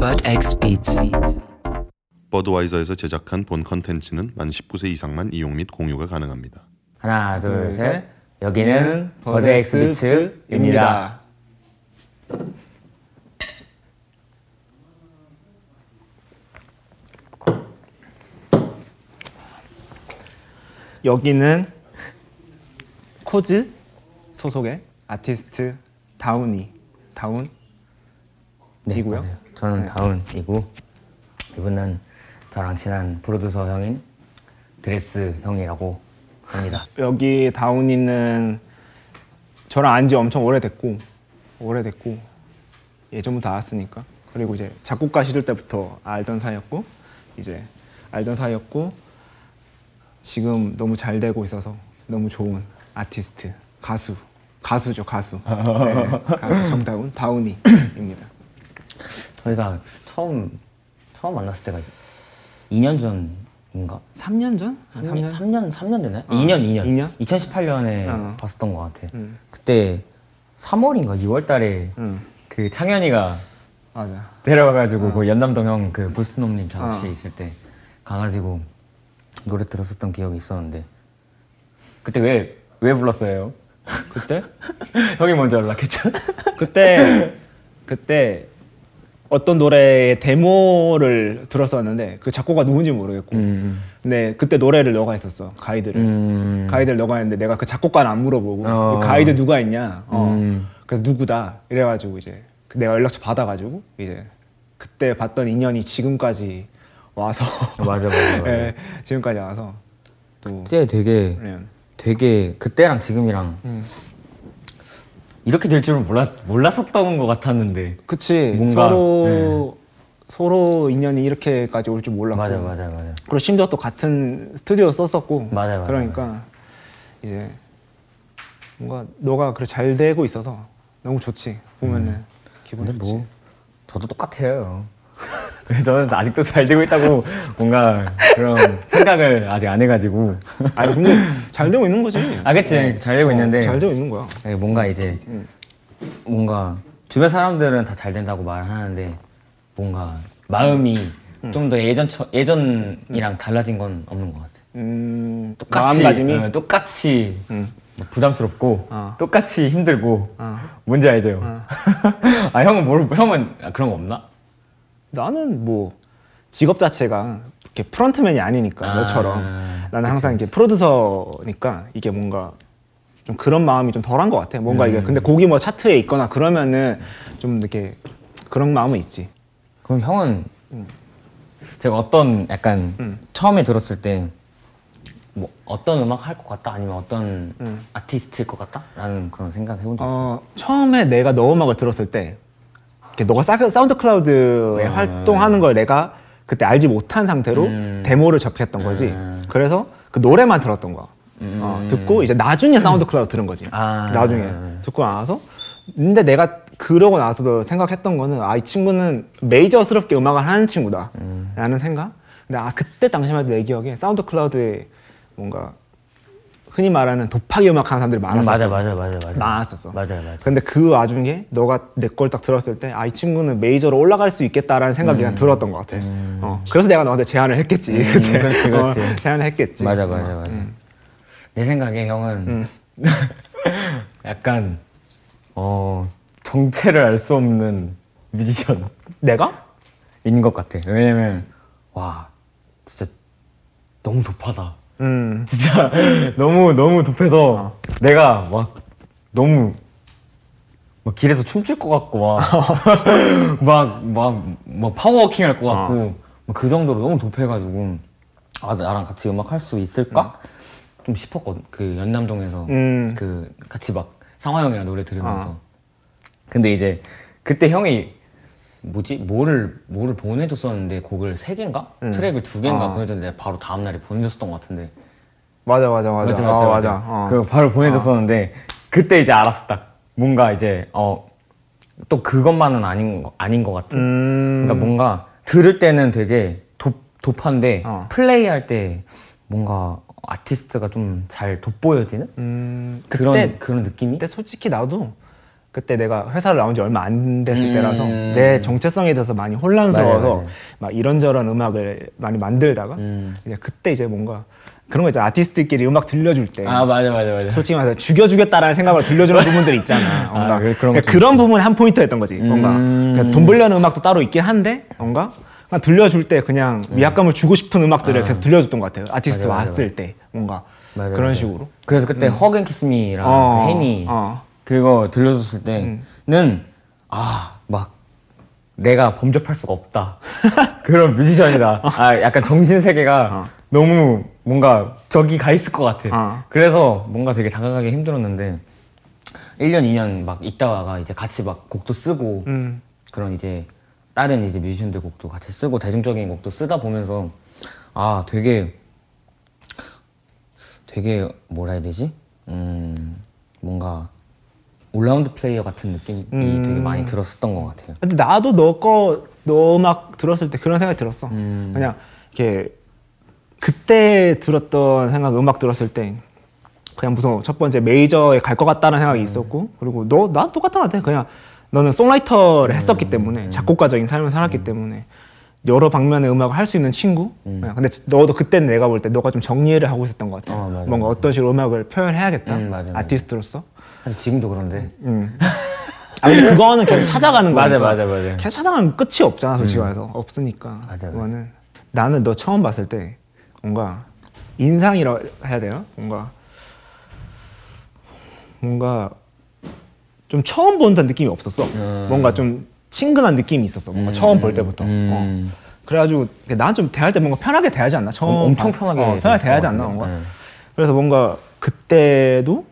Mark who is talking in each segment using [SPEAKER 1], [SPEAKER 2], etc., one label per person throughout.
[SPEAKER 1] Bud X Beats.
[SPEAKER 2] 버드와이저에서 제작한 본 컨텐츠는 만 19세 이상만 이용 및 공유가 가능합니다.
[SPEAKER 3] 하나, 둘,
[SPEAKER 4] 둘,
[SPEAKER 3] 셋.
[SPEAKER 4] 셋.
[SPEAKER 3] 여기는 버드엑스 비츠입니다.
[SPEAKER 4] 여기는 코즈 소속의 아티스트 다운이 다운
[SPEAKER 3] 네,
[SPEAKER 4] 이고요.
[SPEAKER 3] 맞아요.
[SPEAKER 4] 네.
[SPEAKER 3] 저는 다운이고 이분은 저랑 친한 프로듀서 형인 드레스 형이라고 합니다.
[SPEAKER 4] 여기 다운이는 저랑 안지 엄청 오래됐고 오래됐고 예전부터 알았으니까 그리고 이제 작곡가 시절 때부터 알던 사이였고 이제 알던 사이였고 지금 너무 잘 되고 있어서 너무 좋은 아티스트 가수 가수죠 가수 네, 가수 정다운 다운이입니다
[SPEAKER 3] 저희가 처음 처음 만났을 때가 2년 전인가?
[SPEAKER 4] 아, 3년 전?
[SPEAKER 3] 3년 3년, 3년 되나요? 2년 2년.
[SPEAKER 4] 2년?
[SPEAKER 3] 2018년에
[SPEAKER 4] 어.
[SPEAKER 3] 봤었던 것 같아.
[SPEAKER 4] 음.
[SPEAKER 3] 그때 3월인가 2월 달에
[SPEAKER 4] 응
[SPEAKER 3] 그 창현이가
[SPEAKER 4] 맞아
[SPEAKER 3] 데려와가지고
[SPEAKER 4] 음.
[SPEAKER 3] 그 연남동 형 그 부스놈님 작업실
[SPEAKER 4] 어.
[SPEAKER 3] 있을 때 가가지고 노래 들었었던 기억이 있었는데 그때 왜 왜 불렀어요?
[SPEAKER 4] 그때?
[SPEAKER 3] 형이 먼저 연락했죠.
[SPEAKER 4] 그때 그때 어떤 노래의 데모를 들었었는데 그 작곡가 누군지 모르겠고
[SPEAKER 3] 음.
[SPEAKER 4] 근데 그때 노래를 너가 했었어 가이드를
[SPEAKER 3] 음.
[SPEAKER 4] 가이드를 너가 했는데 내가 그 작곡가는 안 물어보고
[SPEAKER 3] 어.
[SPEAKER 4] 그 가이드 누가 있냐 어.
[SPEAKER 3] 음.
[SPEAKER 4] 그래서 누구다 이래가지고 이제 그 내가 연락처 받아가지고 이제 그때 봤던 인연이 지금까지 와서
[SPEAKER 3] 어, 맞아 맞아. 맞아.
[SPEAKER 4] 예, 지금까지 와서 또
[SPEAKER 3] 그때 되게
[SPEAKER 4] 예.
[SPEAKER 3] 되게 그때랑 지금이랑
[SPEAKER 4] 음.
[SPEAKER 3] 이렇게 될 줄은 몰랐 몰랐었던 것 같았는데.
[SPEAKER 4] 그치
[SPEAKER 3] 뭔가, 네.
[SPEAKER 4] 서로 서로 인연이 이렇게까지 올 줄 몰랐고
[SPEAKER 3] 맞아 맞아 맞아.
[SPEAKER 4] 그리고 심지어 또 같은 스튜디오 썼었고
[SPEAKER 3] 맞아요, 맞아요,
[SPEAKER 4] 그러니까 이제 뭔가 너가 그래 잘 되고 있어서 너무 좋지 보면은 기분
[SPEAKER 3] 음. 근데
[SPEAKER 4] 좋지
[SPEAKER 3] 뭐 저도 똑같아요. 저는 아직도 잘 되고 있다고 뭔가 그런 생각을 아직 안 해가지고
[SPEAKER 4] 아니 근데 잘 되고 있는 거지
[SPEAKER 3] 아 그치 잘 되고 있는데
[SPEAKER 4] 네. 어, 잘 되고 음. 있는 거야
[SPEAKER 3] 예, 뭔가 이제 뭔가 주변 사람들은 다 잘 된다고 말하는데 뭔가 마음이 좀 더 예전 예전이랑 달라진 건 없는 것 같아.
[SPEAKER 4] 음 마음가짐이
[SPEAKER 3] 어, 똑같이
[SPEAKER 4] 음.
[SPEAKER 3] 뭐 부담스럽고
[SPEAKER 4] 어.
[SPEAKER 3] 똑같이 힘들고
[SPEAKER 4] 어.
[SPEAKER 3] 뭔지 알죠? 아 형은 뭘 형은 아, 그런 거 없나?
[SPEAKER 4] 나는 뭐 직업 자체가 이렇게 프런트맨이 아니니까
[SPEAKER 3] 아,
[SPEAKER 4] 너처럼 나는 항상
[SPEAKER 3] 그치,
[SPEAKER 4] 이렇게 프로듀서니까 이게 뭔가 좀 그런 마음이 좀 덜한 것 같아. 뭔가
[SPEAKER 3] 음.
[SPEAKER 4] 이게 근데 곡이 뭐 차트에 있거나 그러면은 좀 이렇게 그런 마음은 있지.
[SPEAKER 3] 그럼 형은 제가 어떤 약간
[SPEAKER 4] 음.
[SPEAKER 3] 처음에 들었을 때 뭐 어떤 음악 할 것 같다 아니면 어떤
[SPEAKER 4] 음.
[SPEAKER 3] 아티스트일 것 같다라는 그런 생각 해본 적 있어요?
[SPEAKER 4] 어, 처음에 내가 너 음악을 들었을 때 이렇게 너가 사- 사운드 클라우드에
[SPEAKER 3] 음.
[SPEAKER 4] 활동하는 걸 내가 그때 알지 못한 상태로
[SPEAKER 3] 음.
[SPEAKER 4] 데모를 접했던 거지.
[SPEAKER 3] 음.
[SPEAKER 4] 그래서 그 노래만 들었던 거야.
[SPEAKER 3] 음.
[SPEAKER 4] 어, 듣고 이제 나중에 사운드 클라우드 들은 거지.
[SPEAKER 3] 아.
[SPEAKER 4] 나중에 듣고 나서 근데 내가 그러고 나서도 생각했던 거는 아 이 친구는 메이저스럽게 음악을 하는 친구다 라는 생각 근데 아 그때 당시만 해도 내 기억에 사운드 클라우드에 뭔가 흔히 말하는 도파기 음악 하는 사람들이 많았었어
[SPEAKER 3] 맞아 맞아 맞아 맞아
[SPEAKER 4] 많았었어.
[SPEAKER 3] 맞아요 맞아
[SPEAKER 4] 근데 그 와중에 너가 내 걸 딱 들었을 때 아 이 친구는 메이저로 올라갈 수 있겠다라는
[SPEAKER 3] 음.
[SPEAKER 4] 생각이 그냥 들었던 것 같아. 어, 그래서 내가 너한테 제안을 했겠지. 그때.
[SPEAKER 3] 그렇지, 그렇지.
[SPEAKER 4] 어, 제안을 했겠지. 어.
[SPEAKER 3] 맞아 맞아 맞아 내 생각에 형은 약간 어 정체를 알 수 없는 뮤지션인
[SPEAKER 4] 내가?
[SPEAKER 3] 것 같아 왜냐면 와 진짜 너무 도파다
[SPEAKER 4] 음.
[SPEAKER 3] 진짜 너무 너무
[SPEAKER 4] 어.
[SPEAKER 3] 급해서 내가 막 너무 막 길에서 춤출 것 같고 막막막 막, 막 파워워킹 할 것
[SPEAKER 4] 어.
[SPEAKER 3] 같고 막그 정도로 너무 도패가지고 아 나랑 같이 음악 할 수 있을까 좀 싶었거든 그 연남동에서
[SPEAKER 4] 음. 어.
[SPEAKER 3] 그 같이 막 상화 형이랑 노래 들으면서 근데 이제 그때 형이 뭐지 뭐를 뭐를 보내줬었는데 곡을 세 개인가
[SPEAKER 4] 음.
[SPEAKER 3] 트랙을 두 개인가
[SPEAKER 4] 어.
[SPEAKER 3] 보내줬는데 바로 다음 날에 보내줬었던 것 같은데
[SPEAKER 4] 맞아 맞아 맞아.
[SPEAKER 3] 맞아 맞아
[SPEAKER 4] 어,
[SPEAKER 3] 맞아.
[SPEAKER 4] 어.
[SPEAKER 3] 그 바로 보내줬었는데 그때 이제 알았어 딱 뭔가 이제 어 또 그것만은 아닌 거 아닌 것 같은.
[SPEAKER 4] 음.
[SPEAKER 3] 그러니까 뭔가 들을 때는 되게 도, 도파인데
[SPEAKER 4] 어.
[SPEAKER 3] 플레이할 때 뭔가 아티스트가 좀 잘 돋보여지는
[SPEAKER 4] 음.
[SPEAKER 3] 그런
[SPEAKER 4] 그때
[SPEAKER 3] 그런 느낌이.
[SPEAKER 4] 그때 솔직히 나도 그 그때 내가 회사를 나온 지 얼마 안 됐을
[SPEAKER 3] 음.
[SPEAKER 4] 때라서 내 정체성에 대해서 많이 혼란스러워서
[SPEAKER 3] 맞아요, 맞아요.
[SPEAKER 4] 막 이런저런 음악을 많이 만들다가
[SPEAKER 3] 음.
[SPEAKER 4] 이제 그때 이제 뭔가 그런 거 있잖아 아티스트끼리 음악 들려줄 때
[SPEAKER 3] 아 맞아 맞아 맞아.
[SPEAKER 4] 솔직히 말해서 죽여주겠다라는 생각으로 들려주는 부분들이 있잖아. 뭔가
[SPEAKER 3] 아, 그런 것도
[SPEAKER 4] 그러니까 그런 부분 한 포인트였던 거지. 뭔가
[SPEAKER 3] 음.
[SPEAKER 4] 그러니까 돈 벌려는 음악도 따로 있긴 한데 뭔가 그냥 들려줄 때 그냥 위압감을 주고 싶은 음악들을 계속 들려줬던 것 같아요. 아티스트
[SPEAKER 3] 음. 아. 맞아, 맞아,
[SPEAKER 4] 왔을 때 뭔가
[SPEAKER 3] 맞아,
[SPEAKER 4] 그런
[SPEAKER 3] 맞아.
[SPEAKER 4] 식으로. 음.
[SPEAKER 3] 그래서 그때 허겐키스미랑
[SPEAKER 4] 어,
[SPEAKER 3] 그 해니
[SPEAKER 4] 어. 음.
[SPEAKER 3] 그거 들려줬을 때는 아 막 내가 범접할 수가 없다 그런 뮤지션이다
[SPEAKER 4] 어.
[SPEAKER 3] 아 약간 정신 세계가 너무 뭔가 저기 가 있을 것 같아
[SPEAKER 4] 어.
[SPEAKER 3] 그래서 뭔가 되게 다가가기 힘들었는데 1년 2년 막 있다가 이제 같이 막 곡도 쓰고
[SPEAKER 4] 음.
[SPEAKER 3] 그런 이제 다른 이제 뮤지션들 곡도 같이 쓰고 대중적인 곡도 쓰다 보면서 아 되게 되게 뭐라 해야 되지? 음 뭔가 올라운드 플레이어 같은 느낌이
[SPEAKER 4] 음.
[SPEAKER 3] 되게 많이 들었었던 것 같아요.
[SPEAKER 4] 근데 나도 너거너 음악 들었을 때 그런 생각이 들었어.
[SPEAKER 3] 음.
[SPEAKER 4] 그냥 이렇게 그때 들었던 생각 음악 들었을 때 그냥 무슨 첫 번째 메이저에 갈 것 같다는
[SPEAKER 3] 음.
[SPEAKER 4] 생각이 있었고 그리고 너 나도 똑같은 것 같아. 그냥 너는 송라이터를
[SPEAKER 3] 음.
[SPEAKER 4] 했었기 때문에 작곡가적인 삶을 살았기 때문에 여러 방면의 음악을 할 수 있는 친구. 그냥 근데 너도 그때는 내가 볼 때 너가 좀 정리를 하고 있었던 것 같아.
[SPEAKER 3] 어, 맞아,
[SPEAKER 4] 뭔가 어떤 식으로 음악을 표현해야겠다.
[SPEAKER 3] 음, 맞아, 맞아.
[SPEAKER 4] 아티스트로서.
[SPEAKER 3] 사실 지금도 그런데
[SPEAKER 4] 음. 아 근데 그거는 계속 찾아가는 거야.
[SPEAKER 3] 맞아, 맞아, 맞아.
[SPEAKER 4] 계속 찾아가는 끝이 없잖아 솔직히 말해서 없으니까.
[SPEAKER 3] 맞아, 맞아.
[SPEAKER 4] 그거는 나는 너 처음 봤을 때 뭔가 인상이라 해야 되나? 뭔가 뭔가 좀 처음 본 듯한 느낌이 없었어.
[SPEAKER 3] 음.
[SPEAKER 4] 뭔가 좀 친근한 느낌이 있었어. 뭔가 처음 볼 때부터.
[SPEAKER 3] 음.
[SPEAKER 4] 어. 그래가지고 난 좀 대할 때 뭔가 편하게 대하지 않나? 처음
[SPEAKER 3] 엄- 엄청
[SPEAKER 4] 봤-
[SPEAKER 3] 편하게
[SPEAKER 4] 어, 편하게
[SPEAKER 3] 대했을
[SPEAKER 4] 대하지
[SPEAKER 3] 것
[SPEAKER 4] 않나
[SPEAKER 3] 같은데.
[SPEAKER 4] 뭔가.
[SPEAKER 3] 네.
[SPEAKER 4] 그래서 뭔가 그때도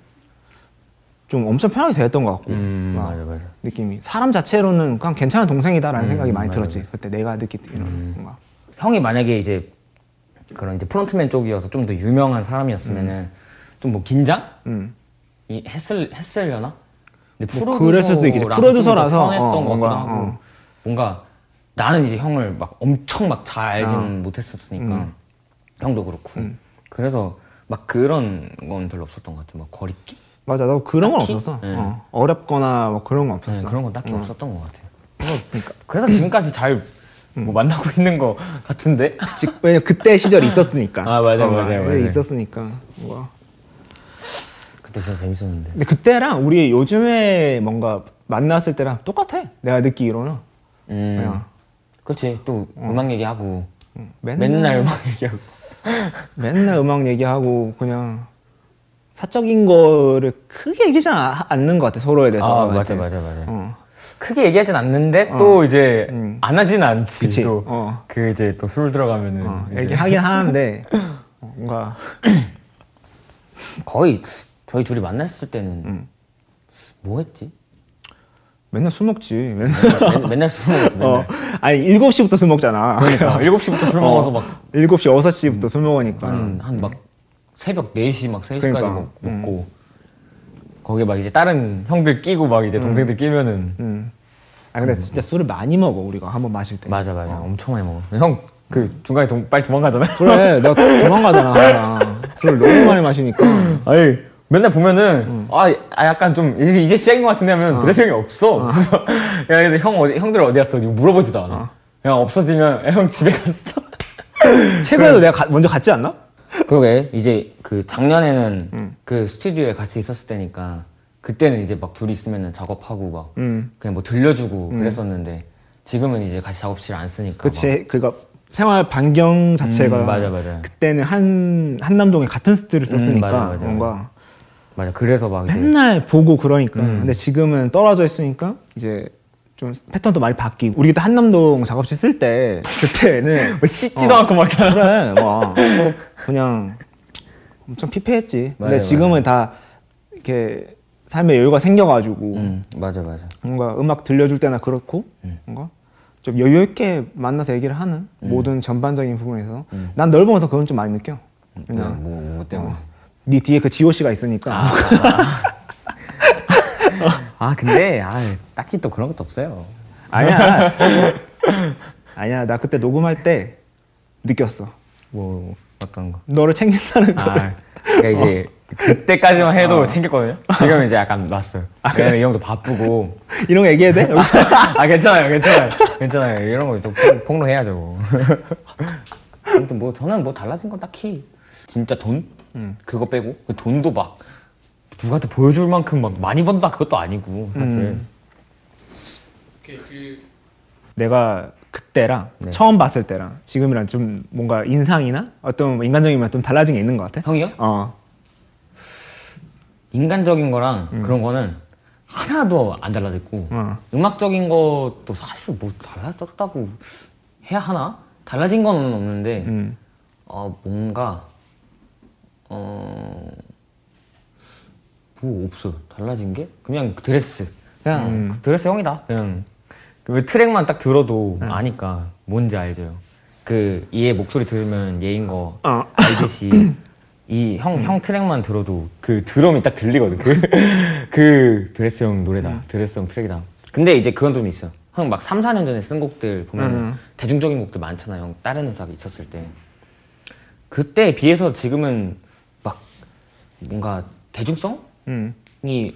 [SPEAKER 4] 좀 엄청 편하게 대했던 것 같고
[SPEAKER 3] 음,
[SPEAKER 4] 막
[SPEAKER 3] 맞아, 맞아.
[SPEAKER 4] 느낌이 사람 자체로는 그냥 괜찮은 동생이다라는
[SPEAKER 3] 음,
[SPEAKER 4] 생각이 많이
[SPEAKER 3] 맞아, 음.
[SPEAKER 4] 들었지 그때 내가 느끼기로는 뭔가
[SPEAKER 3] 형이 만약에 이제 그런 이제 프론트맨 쪽이어서 좀 더 유명한 사람이었으면은 좀 뭐 긴장?
[SPEAKER 4] 음.
[SPEAKER 3] 이 했을 했을려나? 근데
[SPEAKER 4] 뭐 그랬을 수도 있겠지.
[SPEAKER 3] 프로듀서라서
[SPEAKER 4] 프로듀서라서,
[SPEAKER 3] 좀더 편했던
[SPEAKER 4] 어,
[SPEAKER 3] 것 같기도
[SPEAKER 4] 뭔가,
[SPEAKER 3] 하고
[SPEAKER 4] 어.
[SPEAKER 3] 뭔가 나는 이제 형을 막 엄청 막 잘 알지는
[SPEAKER 4] 어.
[SPEAKER 3] 못했었으니까
[SPEAKER 4] 음.
[SPEAKER 3] 형도 그렇고 그래서 막 그런 건 별로 없었던 것 같아. 막 거리낌?
[SPEAKER 4] 맞아 나 그런 건
[SPEAKER 3] 딱히?
[SPEAKER 4] 없었어
[SPEAKER 3] 네.
[SPEAKER 4] 어. 어렵거나 뭐 그런 건
[SPEAKER 3] 네,
[SPEAKER 4] 없었어
[SPEAKER 3] 그런 건 딱히
[SPEAKER 4] 어.
[SPEAKER 3] 없었던 것 같아. 그래서 그래서 지금까지 잘 뭐
[SPEAKER 4] 음.
[SPEAKER 3] 만나고 있는 것 같은데.
[SPEAKER 4] 즉, 왜냐 그때 시절이 있었으니까 어,
[SPEAKER 3] 아, 맞아, 맞아, 맞아.
[SPEAKER 4] 있었으니까 뭔가
[SPEAKER 3] 그때 진짜 재밌었는데.
[SPEAKER 4] 근데 그때랑 우리 요즘에 뭔가 만났을 때랑 똑같아 내가 느끼기로는
[SPEAKER 3] 음.
[SPEAKER 4] 그냥
[SPEAKER 3] 그렇지. 또 음악 얘기하고
[SPEAKER 4] 어. 맨날
[SPEAKER 3] 맨날 음악 얘기하고.
[SPEAKER 4] 맨날 음악 얘기하고 그냥 사적인 거를 크게 얘기하지 않- 않는 것 같아 서로에 대해서
[SPEAKER 3] 아
[SPEAKER 4] 나한테.
[SPEAKER 3] 맞아 맞아 맞아.
[SPEAKER 4] 어.
[SPEAKER 3] 크게 얘기하진 않는데 또 이제
[SPEAKER 4] 음.
[SPEAKER 3] 안 하진 않지.
[SPEAKER 4] 그치.
[SPEAKER 3] 또.
[SPEAKER 4] 어.
[SPEAKER 3] 그 이제 또 술 들어가면은
[SPEAKER 4] 어,
[SPEAKER 3] 이제
[SPEAKER 4] 얘기하긴 하는데 어, 뭔가
[SPEAKER 3] 거의 저희 둘이 만났을 때는
[SPEAKER 4] 음.
[SPEAKER 3] 뭐 했지?
[SPEAKER 4] 맨날 술 먹지 맨날
[SPEAKER 3] 맨- 맨날 술 먹었지.
[SPEAKER 4] 어,
[SPEAKER 3] 맨날.
[SPEAKER 4] 아니 7시부터 술 먹잖아
[SPEAKER 3] 그러니까 7시부터 술 먹어서 막
[SPEAKER 4] 일곱 시 6시 6시부터 술 먹으니까
[SPEAKER 3] 한 막 새벽 4시 막 3시까지
[SPEAKER 4] 음. 그러니까.
[SPEAKER 3] 먹고 거기에 막 이제 다른 형들 끼고 막 이제 동생들 끼면은
[SPEAKER 4] 음. 아 근데 진짜 술을 많이 먹어 우리가 한번 마실 때
[SPEAKER 3] 맞아 맞아 엄청 많이 먹어. 형 그 중간에 동- 빨리 도망가잖아.
[SPEAKER 4] 그래 내가 도망가잖아 술을 너무 많이 마시니까
[SPEAKER 3] 아니 맨날 보면은 아, 아, 약간 좀 이제, 이제 시작인 것 같은데 하면 드레싱이 없어 그래서 야 근데 형 어디 형들 어디 갔어 이거 물어보지도 않아 그냥 없어지면 야, 형 집에 갔어
[SPEAKER 4] 최근에도 내가 가- 먼저 갔지 않나?
[SPEAKER 3] 그러게 이제 그 작년에는 그 스튜디오에 같이 있었을 때니까 그때는 이제 막 둘이 있으면 작업하고 막
[SPEAKER 4] 음.
[SPEAKER 3] 그냥 뭐 들려주고 그랬었는데 지금은 이제 같이 작업실 안 쓰니까
[SPEAKER 4] 그치 그니까 생활 반경 자체가
[SPEAKER 3] 음, 맞아, 맞아.
[SPEAKER 4] 그때는 한 한남동에 같은 스튜디오를 썼으니까
[SPEAKER 3] 맞아, 맞아,
[SPEAKER 4] 뭔가
[SPEAKER 3] 맞아. 막- 맞아 그래서 막 이제
[SPEAKER 4] 맨날 보고 그러니까
[SPEAKER 3] 음.
[SPEAKER 4] 근데 지금은 떨어져 있으니까 이제 좀 패턴도 많이 바뀌고 우리도 한남동 작업실 쓸 때 그때는 어.
[SPEAKER 3] 뭐 씻지도 않고 막
[SPEAKER 4] 그래 와 그냥 엄청 피폐했지 근데
[SPEAKER 3] 맞아요,
[SPEAKER 4] 지금은 다 이렇게 삶의 여유가 생겨가지고
[SPEAKER 3] 음, 맞아 맞아
[SPEAKER 4] 뭔가 음악 들려줄 때나 그렇고 뭔가 좀 여유 있게 만나서 얘기를 하는
[SPEAKER 3] 음.
[SPEAKER 4] 모든 전반적인 부분에서 난 널 보면서 그건 좀 많이 느껴
[SPEAKER 3] 그냥
[SPEAKER 4] 그냥
[SPEAKER 3] 뭐, 음. 뭐 때문에
[SPEAKER 4] 네 뒤에 그 지호씨가 있으니까
[SPEAKER 3] 아 근데 아 딱히 또 그런 것도 없어요.
[SPEAKER 4] 아니야. 아니야. 나 그때 녹음할 때 느꼈어.
[SPEAKER 3] 뭐 어떤 거?
[SPEAKER 4] 너를 챙긴다는 걸.
[SPEAKER 3] 아 그러니까 이제
[SPEAKER 1] 아, 그때까지만 해도
[SPEAKER 3] 어.
[SPEAKER 1] 챙겼거든요. 지금 은 이제 약간 놨어요. 왜냐면 이 형도 바쁘고.
[SPEAKER 4] 이런 거 얘기해야 돼? 여기서?
[SPEAKER 1] 아 괜찮아요, 괜찮아요, 괜찮아요. 이런 거또 폭- 폭로해야죠. 뭐.
[SPEAKER 3] 아무튼 뭐 저는 뭐 달라진 건 딱히 진짜 돈 그거 빼고 그 돈도 막
[SPEAKER 1] 음. 누구한테 보여줄 만큼 막 많이 번다 그것도 아니고 사실.
[SPEAKER 4] 음. 내가 그때랑 처음 봤을 때랑 지금이랑 좀 뭔가 인상이나 어떤 뭐 인간적인 면좀 달라진 게 있는 것 같아.
[SPEAKER 3] 형이요?
[SPEAKER 4] 어.
[SPEAKER 3] 인간적인 거랑
[SPEAKER 1] 음.
[SPEAKER 3] 그런 거는 하나도 안 달라졌고
[SPEAKER 4] 어.
[SPEAKER 3] 음악적인 것도 사실 뭐 달라졌다고 해야 하나? 달라진 건 없는데
[SPEAKER 4] 음.
[SPEAKER 3] 어, 뭔가 어뭐 뭐 없어 달라진 게 그냥 드레스
[SPEAKER 1] 그냥 그 드레스 형이다. 그냥 그왜 트랙만 딱 들어도
[SPEAKER 3] 음.
[SPEAKER 1] 아니까 뭔지 알죠. 그 얘 목소리 들으면 얘인 거
[SPEAKER 4] 어.
[SPEAKER 1] 알듯이 이 형 형 트랙만 들어도 그 드럼이 딱 들리거든. 그, 그 드레스 형 노래다.
[SPEAKER 4] 음.
[SPEAKER 1] 드레스 형 트랙이다.
[SPEAKER 3] 근데 이제 그건 좀 있어. 형 막 3, 4년 전에 쓴 곡들 보면
[SPEAKER 4] 음.
[SPEAKER 3] 대중적인 곡들 많잖아요. 형 다른 회사가 있었을 때. 그때에 비해서 지금은 막 뭔가 대중성이
[SPEAKER 4] 음.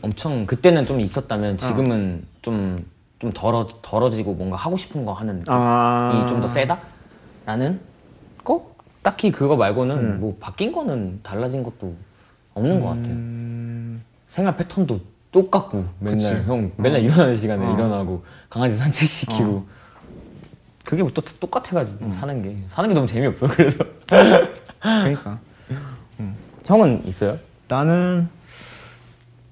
[SPEAKER 3] 엄청 그때는 좀 있었다면
[SPEAKER 4] 어.
[SPEAKER 3] 지금은 좀, 좀 덜어, 덜어지고 뭔가 하고 싶은 거 하는 느낌이
[SPEAKER 4] 아.
[SPEAKER 3] 좀 더 세다? 라는 거? 딱히 그거 말고는 뭐 바뀐 거는 달라진 것도 없는 것 같아요.
[SPEAKER 4] 음.
[SPEAKER 3] 생활 패턴도 똑같고 맨날 형 맨날 일어나는 시간에
[SPEAKER 4] 어.
[SPEAKER 3] 일어나고 강아지 산책시키고 음. 그게 또 똑같아가지고 사는 게 사는 게 너무 재미없어 그래서
[SPEAKER 4] 그러니까
[SPEAKER 3] 형은 있어요?
[SPEAKER 4] 나는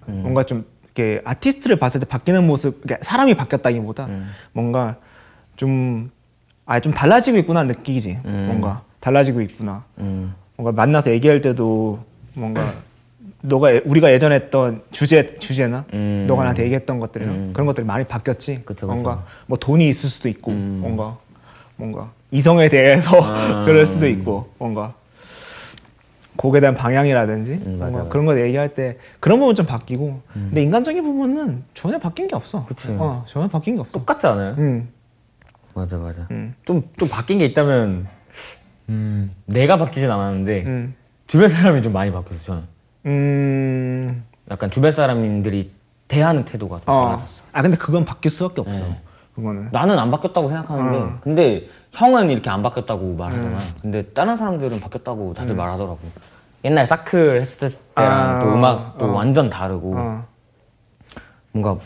[SPEAKER 4] 뭔가 좀 이렇게 아티스트를 봤을 때 바뀌는 모습, 그러니까 사람이 바뀌었다기보다 뭔가 좀 아예 좀 달라지고 있구나 느끼지. 뭔가 달라지고 있구나.
[SPEAKER 3] 음.
[SPEAKER 4] 뭔가 만나서 얘기할 때도 뭔가 너가 예- 우리가 예전에 했던 주제 주제나
[SPEAKER 3] 음.
[SPEAKER 4] 너가 나한테 얘기했던 것들이랑
[SPEAKER 3] 음.
[SPEAKER 4] 그런 것들이 많이 바뀌었지.
[SPEAKER 3] 그쵸, 그쵸.
[SPEAKER 4] 뭔가 뭐 돈이 있을 수도 있고 뭔가 뭔가 이성에 대해서
[SPEAKER 3] 아.
[SPEAKER 4] 그럴 수도 있고 뭔가 곡에 대한 방향이라든지
[SPEAKER 3] 음, 맞아,
[SPEAKER 4] 뭔가
[SPEAKER 3] 맞아. 음.
[SPEAKER 4] 그런 거 얘기할 때 그런 부분 좀 바뀌고 근데 인간적인 부분은 전혀 바뀐 게 없어.
[SPEAKER 3] 그치.
[SPEAKER 4] 어, 전혀 바뀐 게 없어.
[SPEAKER 1] 똑같지 않아요?
[SPEAKER 4] 음,
[SPEAKER 3] 맞아 맞아
[SPEAKER 4] 음,
[SPEAKER 1] 좀 좀 바뀐 게 있다면 음, 내가 바뀌진 않았는데
[SPEAKER 4] 음,
[SPEAKER 1] 주변 사람이 좀 많이 바뀌었어 저는.
[SPEAKER 4] 음.
[SPEAKER 3] 약간 주변 사람들이 대하는 태도가 좀
[SPEAKER 4] 어.
[SPEAKER 3] 달라졌어 네.
[SPEAKER 4] 아 근데 그건 바뀔 수밖에 없어. 그거는.
[SPEAKER 3] 나는 안 바뀌었다고 생각하는데
[SPEAKER 4] 어. 음.
[SPEAKER 3] 근데 형은 이렇게 안 바뀌었다고 말하잖아 근데 다른 사람들은 바뀌었다고 다들 말하더라고 옛날 사클 했을 때랑
[SPEAKER 4] 아,
[SPEAKER 3] 또 음악도
[SPEAKER 4] 어.
[SPEAKER 3] 완전 다르고
[SPEAKER 4] 어.
[SPEAKER 3] 뭔가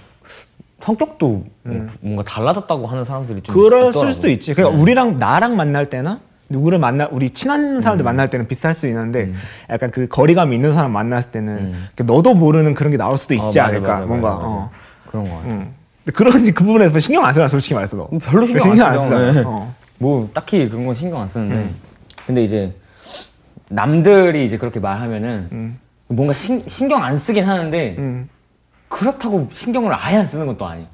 [SPEAKER 3] 성격도 뭐 뭔가 달라졌다고 하는 사람들이 좀
[SPEAKER 4] 음. 그럴
[SPEAKER 3] 있더라고요. 네.
[SPEAKER 4] 수도 있지. 그러니까 우리랑 나랑 만날 때나 누구를 만나 우리 친한
[SPEAKER 3] 음.
[SPEAKER 4] 사람들 만날 때는 비슷할 수 있는데 약간 그 거리감이 있는 사람 만났을 때는 그 너도 모르는 그런 게 나올 수도 있지
[SPEAKER 3] 음. 어, 맞아,
[SPEAKER 4] 않을까
[SPEAKER 3] 맞아,
[SPEAKER 4] 뭔가.
[SPEAKER 3] 맞아, 맞아.
[SPEAKER 4] 어.
[SPEAKER 3] 그런 거 같아.
[SPEAKER 4] 음. 근데 그런 그 부분에서 신경 안 쓰나 솔직히 말해서 너.
[SPEAKER 3] 음, 뭐 별로 신경 안 쓰죠. 네.
[SPEAKER 4] 어. 음.
[SPEAKER 3] 뭐 딱히 그런 건 신경 안 쓰는데 근데 이제 남들이 이제 그렇게 말하면은
[SPEAKER 4] 음.
[SPEAKER 3] 뭔가 신, 신경 안 쓰긴 하는데
[SPEAKER 4] 음.
[SPEAKER 3] 그렇다고 신경을 아예 안 쓰는 것도 아니야.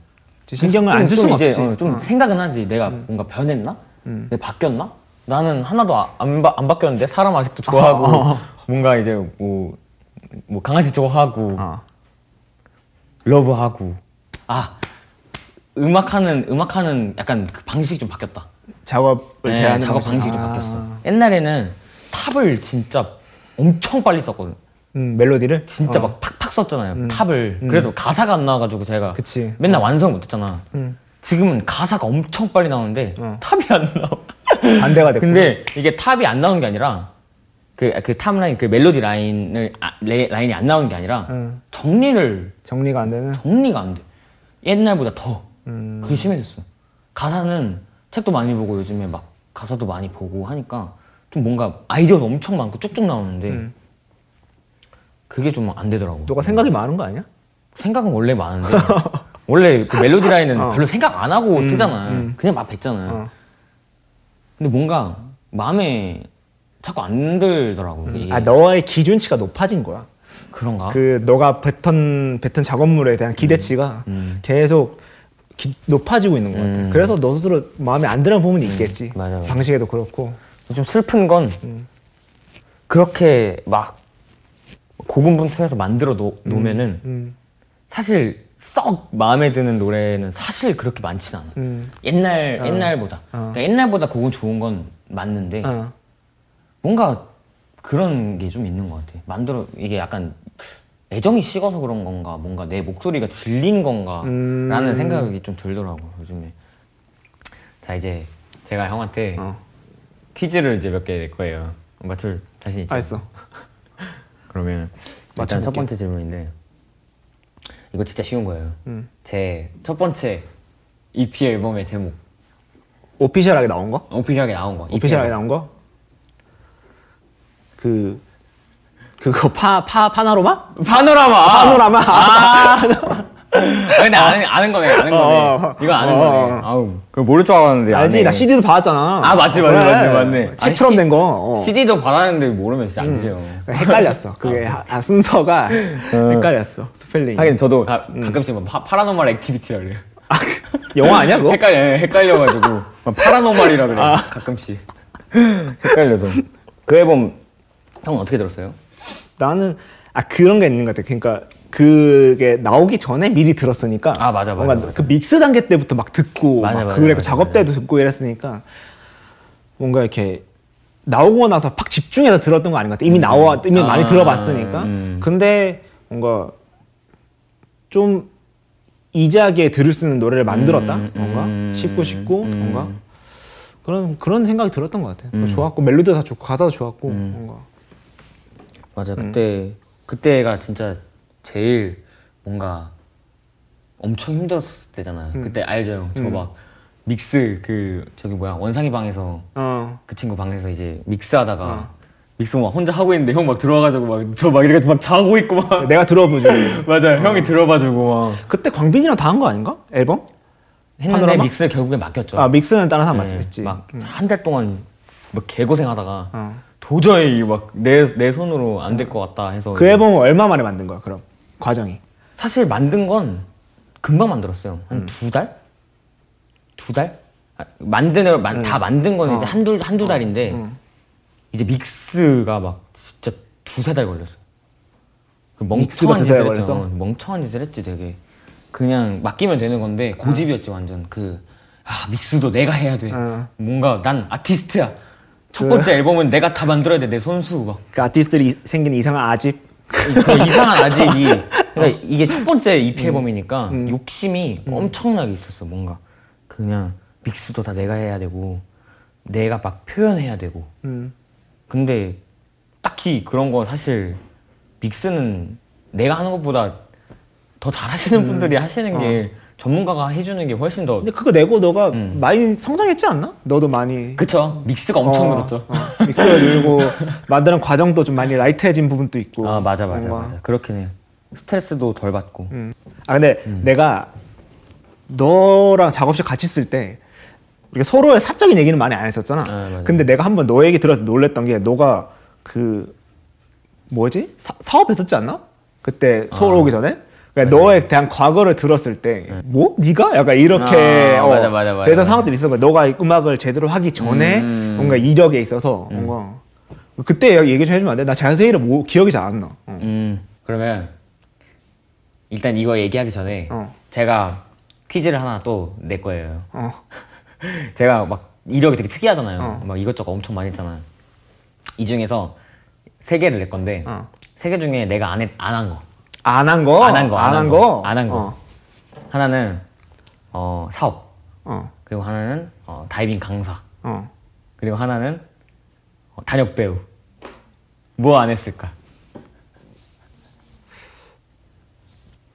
[SPEAKER 4] 신경을 안 쓸
[SPEAKER 3] 좀
[SPEAKER 4] 수는
[SPEAKER 3] 이제
[SPEAKER 4] 없지.
[SPEAKER 3] 어, 좀
[SPEAKER 4] 어. 음.
[SPEAKER 3] 생각은 하지. 내가 뭔가 변했나? 내가 바뀌었나? 나는 하나도 아- 안, 바, 안 바뀌었는데 사람 아직도 좋아하고 뭔가 이제 뭐, 뭐 강아지 좋아하고
[SPEAKER 4] 어.
[SPEAKER 3] 러브하고 아 음악하는 음악하는 약간 그 방식이 좀 바뀌었다.
[SPEAKER 4] 작업을
[SPEAKER 3] 네,
[SPEAKER 4] 대하는
[SPEAKER 3] 작업
[SPEAKER 4] 방식이-
[SPEAKER 3] 방식이 좀
[SPEAKER 4] 아.
[SPEAKER 3] 바뀌었어. 옛날에는 탑을 진짜 엄청 빨리 썼거든.
[SPEAKER 4] 음, 멜로디를
[SPEAKER 3] 진짜
[SPEAKER 4] 어.
[SPEAKER 3] 막 팍팍 썼잖아요. 탑을. 그래서 가사가 안 나와가지고 제가
[SPEAKER 4] 그치.
[SPEAKER 3] 맨날 완성 못했잖아.
[SPEAKER 4] 음.
[SPEAKER 3] 지금은 가사가 엄청 빨리 나오는데
[SPEAKER 4] 어.
[SPEAKER 3] 탑이 안 나와. 아,
[SPEAKER 4] 반대가 됐고.
[SPEAKER 3] 근데 이게 탑이 안 나오는 게 아니라 그 그 탑 라인 그 멜로디 라인을 아, 레- 라인이 안 나오는 게 아니라
[SPEAKER 4] 음.
[SPEAKER 3] 정리를
[SPEAKER 4] 정리가 안 되는.
[SPEAKER 3] 정리가 안 돼. 옛날보다 더.
[SPEAKER 4] 음.
[SPEAKER 3] 그게 심해졌어. 가사는 책도 많이 보고 요즘에 막 가사도 많이 보고 하니까 좀 뭔가 아이디어도 엄청 많고 쭉쭉 나오는데
[SPEAKER 4] 음.
[SPEAKER 3] 그게 좀 안 되더라고.
[SPEAKER 4] 너가 생각이 많은 거 아니야?
[SPEAKER 3] 생각은 원래 많은데 원래 그 멜로디 라인은
[SPEAKER 4] 어.
[SPEAKER 3] 별로 생각 안 하고 쓰잖아.
[SPEAKER 4] 음.
[SPEAKER 3] 그냥 막 뱉잖아.
[SPEAKER 4] 어.
[SPEAKER 3] 근데 뭔가 마음에 자꾸 안 들더라고. 이게.
[SPEAKER 4] 아 너의 기준치가 높아진 거야.
[SPEAKER 3] 그런가?
[SPEAKER 4] 그 너가 뱉은 뱉은 작업물에 대한 기대치가
[SPEAKER 3] 음.
[SPEAKER 4] 계속 기- 높아지고 있는 것 같아.
[SPEAKER 3] 음.
[SPEAKER 4] 그래서 너 스스로 마음에 안 드는 부분이 있겠지.
[SPEAKER 3] 맞아, 맞아.
[SPEAKER 4] 방식에도 그렇고.
[SPEAKER 3] 좀 슬픈 건
[SPEAKER 4] 음.
[SPEAKER 3] 그렇게 막 고군분투해서 만들어 놓, 놓으면은
[SPEAKER 4] 음,
[SPEAKER 3] 사실 썩 마음에 드는 노래는 사실 그렇게 많진 않아.
[SPEAKER 4] 음,
[SPEAKER 3] 옛날
[SPEAKER 4] 어.
[SPEAKER 3] 옛날보다
[SPEAKER 4] 어.
[SPEAKER 3] 음.
[SPEAKER 4] 아.
[SPEAKER 3] 그러니까 옛날보다 곡은 좋은 건 맞는데
[SPEAKER 4] 어.
[SPEAKER 3] 뭔가 그런 게 좀 있는 것 같아. 만들어 이게 약간 애정이 식어서 그런 건가, 뭔가 내 목소리가 질린
[SPEAKER 4] 음.
[SPEAKER 3] 건가라는 생각이 좀 들더라고 요즘에.
[SPEAKER 5] 자 이제 제가 형한테
[SPEAKER 4] 어.
[SPEAKER 5] 퀴즈를 이제 몇 개 낼 거예요. 맞출 자신 있죠?
[SPEAKER 4] 알았어.
[SPEAKER 5] 그러면 일단 첫 번째 질문인데 이거 진짜 쉬운 거예요.
[SPEAKER 4] 음.
[SPEAKER 5] 제 첫 번째 EP 앨범의 제목
[SPEAKER 4] 오피셜하게 나온 거?
[SPEAKER 5] 오피셜하게 나온 거. EP
[SPEAKER 4] 오피셜하게
[SPEAKER 5] 앨범.
[SPEAKER 4] 나온 거? 그 그거 파 파 파나로마?
[SPEAKER 3] 아.
[SPEAKER 5] 파노라마.
[SPEAKER 4] 파노라마.
[SPEAKER 5] 아, 근데 아는 아는 거네. 아는 거네.
[SPEAKER 4] 어, 어.
[SPEAKER 5] 이거 아는
[SPEAKER 4] 어,
[SPEAKER 5] 거네.
[SPEAKER 4] 어.
[SPEAKER 5] 아우.
[SPEAKER 1] 그 모를 줄 알았는데 안
[SPEAKER 4] 알지?
[SPEAKER 1] 해.
[SPEAKER 4] 나 CD도 받았잖아.
[SPEAKER 5] 아, 맞지, 맞지, 맞지, 맞네.
[SPEAKER 4] 책처럼
[SPEAKER 5] 아니,
[SPEAKER 4] 된 거. 어. 음.
[SPEAKER 5] CD도 받았는데 모르면 진짜 안 되죠.
[SPEAKER 4] 헷갈렸어. 그게 하- 아, 순서가 헷갈렸어. 스펠링.
[SPEAKER 1] 하긴 저도
[SPEAKER 5] 가,
[SPEAKER 4] 음.
[SPEAKER 5] 가끔씩 막 파, 파라노말 액티비티라 그래요.
[SPEAKER 4] 아, 영화 아니야 뭐? 아. 그거?
[SPEAKER 5] 헷갈려 헷갈려가지고 막 파라노말이라 그래. 요 가끔씩.
[SPEAKER 1] 헷갈려서
[SPEAKER 5] 그 앨범 형 어떻게 들었어요?
[SPEAKER 4] 나는 아 그런 게 있는 것 같아. 그러니까 그게 나오기 전에 미리 들었으니까.
[SPEAKER 5] 아, 맞아, 맞아,
[SPEAKER 4] 뭔가
[SPEAKER 5] 맞아.
[SPEAKER 4] 그 믹스 단계 때부터 막 듣고
[SPEAKER 5] 맞아,
[SPEAKER 4] 막
[SPEAKER 5] 맞아,
[SPEAKER 4] 그랬고
[SPEAKER 5] 맞아,
[SPEAKER 4] 작업
[SPEAKER 5] 맞아.
[SPEAKER 4] 때도 듣고 이랬으니까 뭔가 이렇게 나오고 나서 팍 집중해서 들었던 거 아닌 것 같아. 이미 나와 이미 많이
[SPEAKER 5] 아,
[SPEAKER 4] 들어봤으니까.
[SPEAKER 5] 음.
[SPEAKER 4] 근데 뭔가 좀 이자하게 들을 수 있는 노래를 만들었다.
[SPEAKER 5] 음,
[SPEAKER 4] 뭔가
[SPEAKER 5] 음,
[SPEAKER 4] 싶고 싶고
[SPEAKER 5] 음.
[SPEAKER 4] 뭔가 그런 그런 생각이 들었던 것 같아. 뭐 좋았고 멜로디도 다 좋고 가사도 좋았고
[SPEAKER 5] 음.
[SPEAKER 4] 뭔가.
[SPEAKER 5] 맞아
[SPEAKER 4] 음.
[SPEAKER 5] 그때 그때가 진짜 제일 뭔가 엄청 힘들었을 때잖아요.
[SPEAKER 4] 음.
[SPEAKER 5] 그때 알죠 형. 저 막 믹스 그 저기 뭐야 원상이 방에서
[SPEAKER 4] 어.
[SPEAKER 5] 그 친구 방에서 이제 믹스하다가
[SPEAKER 4] 음.
[SPEAKER 5] 믹스 막 혼자 하고 있는데 형 막 들어와가지고 막 저 막 이렇게 막 자고 있고 막
[SPEAKER 4] 내가 들어보죠.
[SPEAKER 5] 맞아 요 형이 들어봐주고 막
[SPEAKER 4] 그때 광빈이랑 다 한 거 아닌가? 앨범?
[SPEAKER 3] 했는데
[SPEAKER 4] 파노라마?
[SPEAKER 3] 믹스를 결국에 맡겼죠.
[SPEAKER 4] 아 믹스는 다른 사람
[SPEAKER 3] 네,
[SPEAKER 4] 맞지?
[SPEAKER 3] 막 한 달 동안 막 개고생하다가
[SPEAKER 4] 어.
[SPEAKER 3] 도저히 막 내 내 손으로 안 될 것 같다 해서
[SPEAKER 4] 그 앨범은 얼마 만에 만든 거야 그럼? 과정이
[SPEAKER 3] 사실 만든 건 금방 만들었어요.
[SPEAKER 4] 음.
[SPEAKER 3] 한 두 달? 두 달? 아, 만드는 만-
[SPEAKER 4] 음.
[SPEAKER 3] 다 만든 건
[SPEAKER 4] 어.
[SPEAKER 3] 이제 한두 한두 달인데 이제 믹스가 막 진짜 두세 달 걸렸어요. 그
[SPEAKER 4] 믹스가
[SPEAKER 3] 멍청한
[SPEAKER 4] 두세 달
[SPEAKER 3] 짓을 했죠.
[SPEAKER 4] 걸렸어?
[SPEAKER 3] 멍청한 짓을 했지 되게. 그냥 맡기면 되는 건데
[SPEAKER 4] 음.
[SPEAKER 3] 고집이었지 완전 그 아, 믹스도 내가 해야 돼.
[SPEAKER 4] 어.
[SPEAKER 3] 뭔가 난 아티스트야. 첫 번째 앨범은 내가 다 만들어야 돼. 내 손수 막
[SPEAKER 4] 그 아티스트들이 생긴 이상한 아집
[SPEAKER 3] 이- 저그 이상한 아집이 그러니까 이게 첫 번째 EP
[SPEAKER 4] 음.
[SPEAKER 3] 앨범이니까 욕심이 엄청나게 있었어 뭔가 그냥 믹스도 다 내가 해야 되고 내가 막 표현해야 되고
[SPEAKER 4] 음.
[SPEAKER 3] 근데 딱히 그런 거 사실 믹스는 내가 하는 것보다 더 잘하시는 분들이 하시는 게 전문가가 해주는 게 훨씬 더
[SPEAKER 4] 음. 어. 근데 그거 내고 너가 많이 성장했지 않나? 너도 많이
[SPEAKER 3] 음. 그쵸 믹스가 엄청 늘었죠
[SPEAKER 4] 어, 믹스가 늘고 만드는 과정도 좀 많이 라이트해진 부분도 있고
[SPEAKER 3] 아 맞아 맞아
[SPEAKER 4] 어. 뭔가.
[SPEAKER 3] 맞아 그렇긴 해요 스트레스도 덜 받고
[SPEAKER 4] 음. 아 근데 내가 너랑 작업실 같이 있을 때 우리가 서로의 사적인 얘기는 많이 안 했었잖아.
[SPEAKER 3] 아, 맞아요.
[SPEAKER 4] 근데 내가 한번 너 얘기 들어서 놀랬던 게 너가 그 뭐지 사, 사업했었지 않나? 그때 서울
[SPEAKER 5] 아.
[SPEAKER 4] 오기 전에. 그러니까 너에 대한 과거를 들었을 때 뭐? 네가? 약간 이렇게
[SPEAKER 5] 아,
[SPEAKER 4] 어,
[SPEAKER 5] 맞아, 맞아, 맞아,
[SPEAKER 4] 되던
[SPEAKER 5] 맞아.
[SPEAKER 4] 상황들이 있었던 거야. 너가 이 음악을 제대로 하기 전에
[SPEAKER 5] 음.
[SPEAKER 4] 뭔가 이력에 있어서 뭔가 그때 얘기 좀 해주면 안 돼? 나 자세히는 뭐, 기억이 잘 안 나. 어.
[SPEAKER 5] 음 그러면 일단 이거 얘기하기 전에
[SPEAKER 4] 어.
[SPEAKER 5] 제가 퀴즈를 하나 또 낼 거예요.
[SPEAKER 4] 어.
[SPEAKER 5] 제가 막 이력이 되게 특이하잖아요.
[SPEAKER 4] 어.
[SPEAKER 5] 막 이것저것 엄청 많이 했잖아요. 이 중에서 세 개를 낼 건데
[SPEAKER 4] 어.
[SPEAKER 5] 세 개 중에 내가 안 안 한 거.
[SPEAKER 4] 안 한 거?
[SPEAKER 5] 안 한 거, 안
[SPEAKER 4] 안 한
[SPEAKER 5] 한
[SPEAKER 4] 거?
[SPEAKER 5] 거, 안한 거.
[SPEAKER 4] 어.
[SPEAKER 5] 하나는 어, 사업,
[SPEAKER 4] 어,
[SPEAKER 5] 그리고 하나는 어, 다이빙 강사,
[SPEAKER 4] 어.
[SPEAKER 5] 그리고 하나는 어, 단역 배우. 뭐 안 했을까?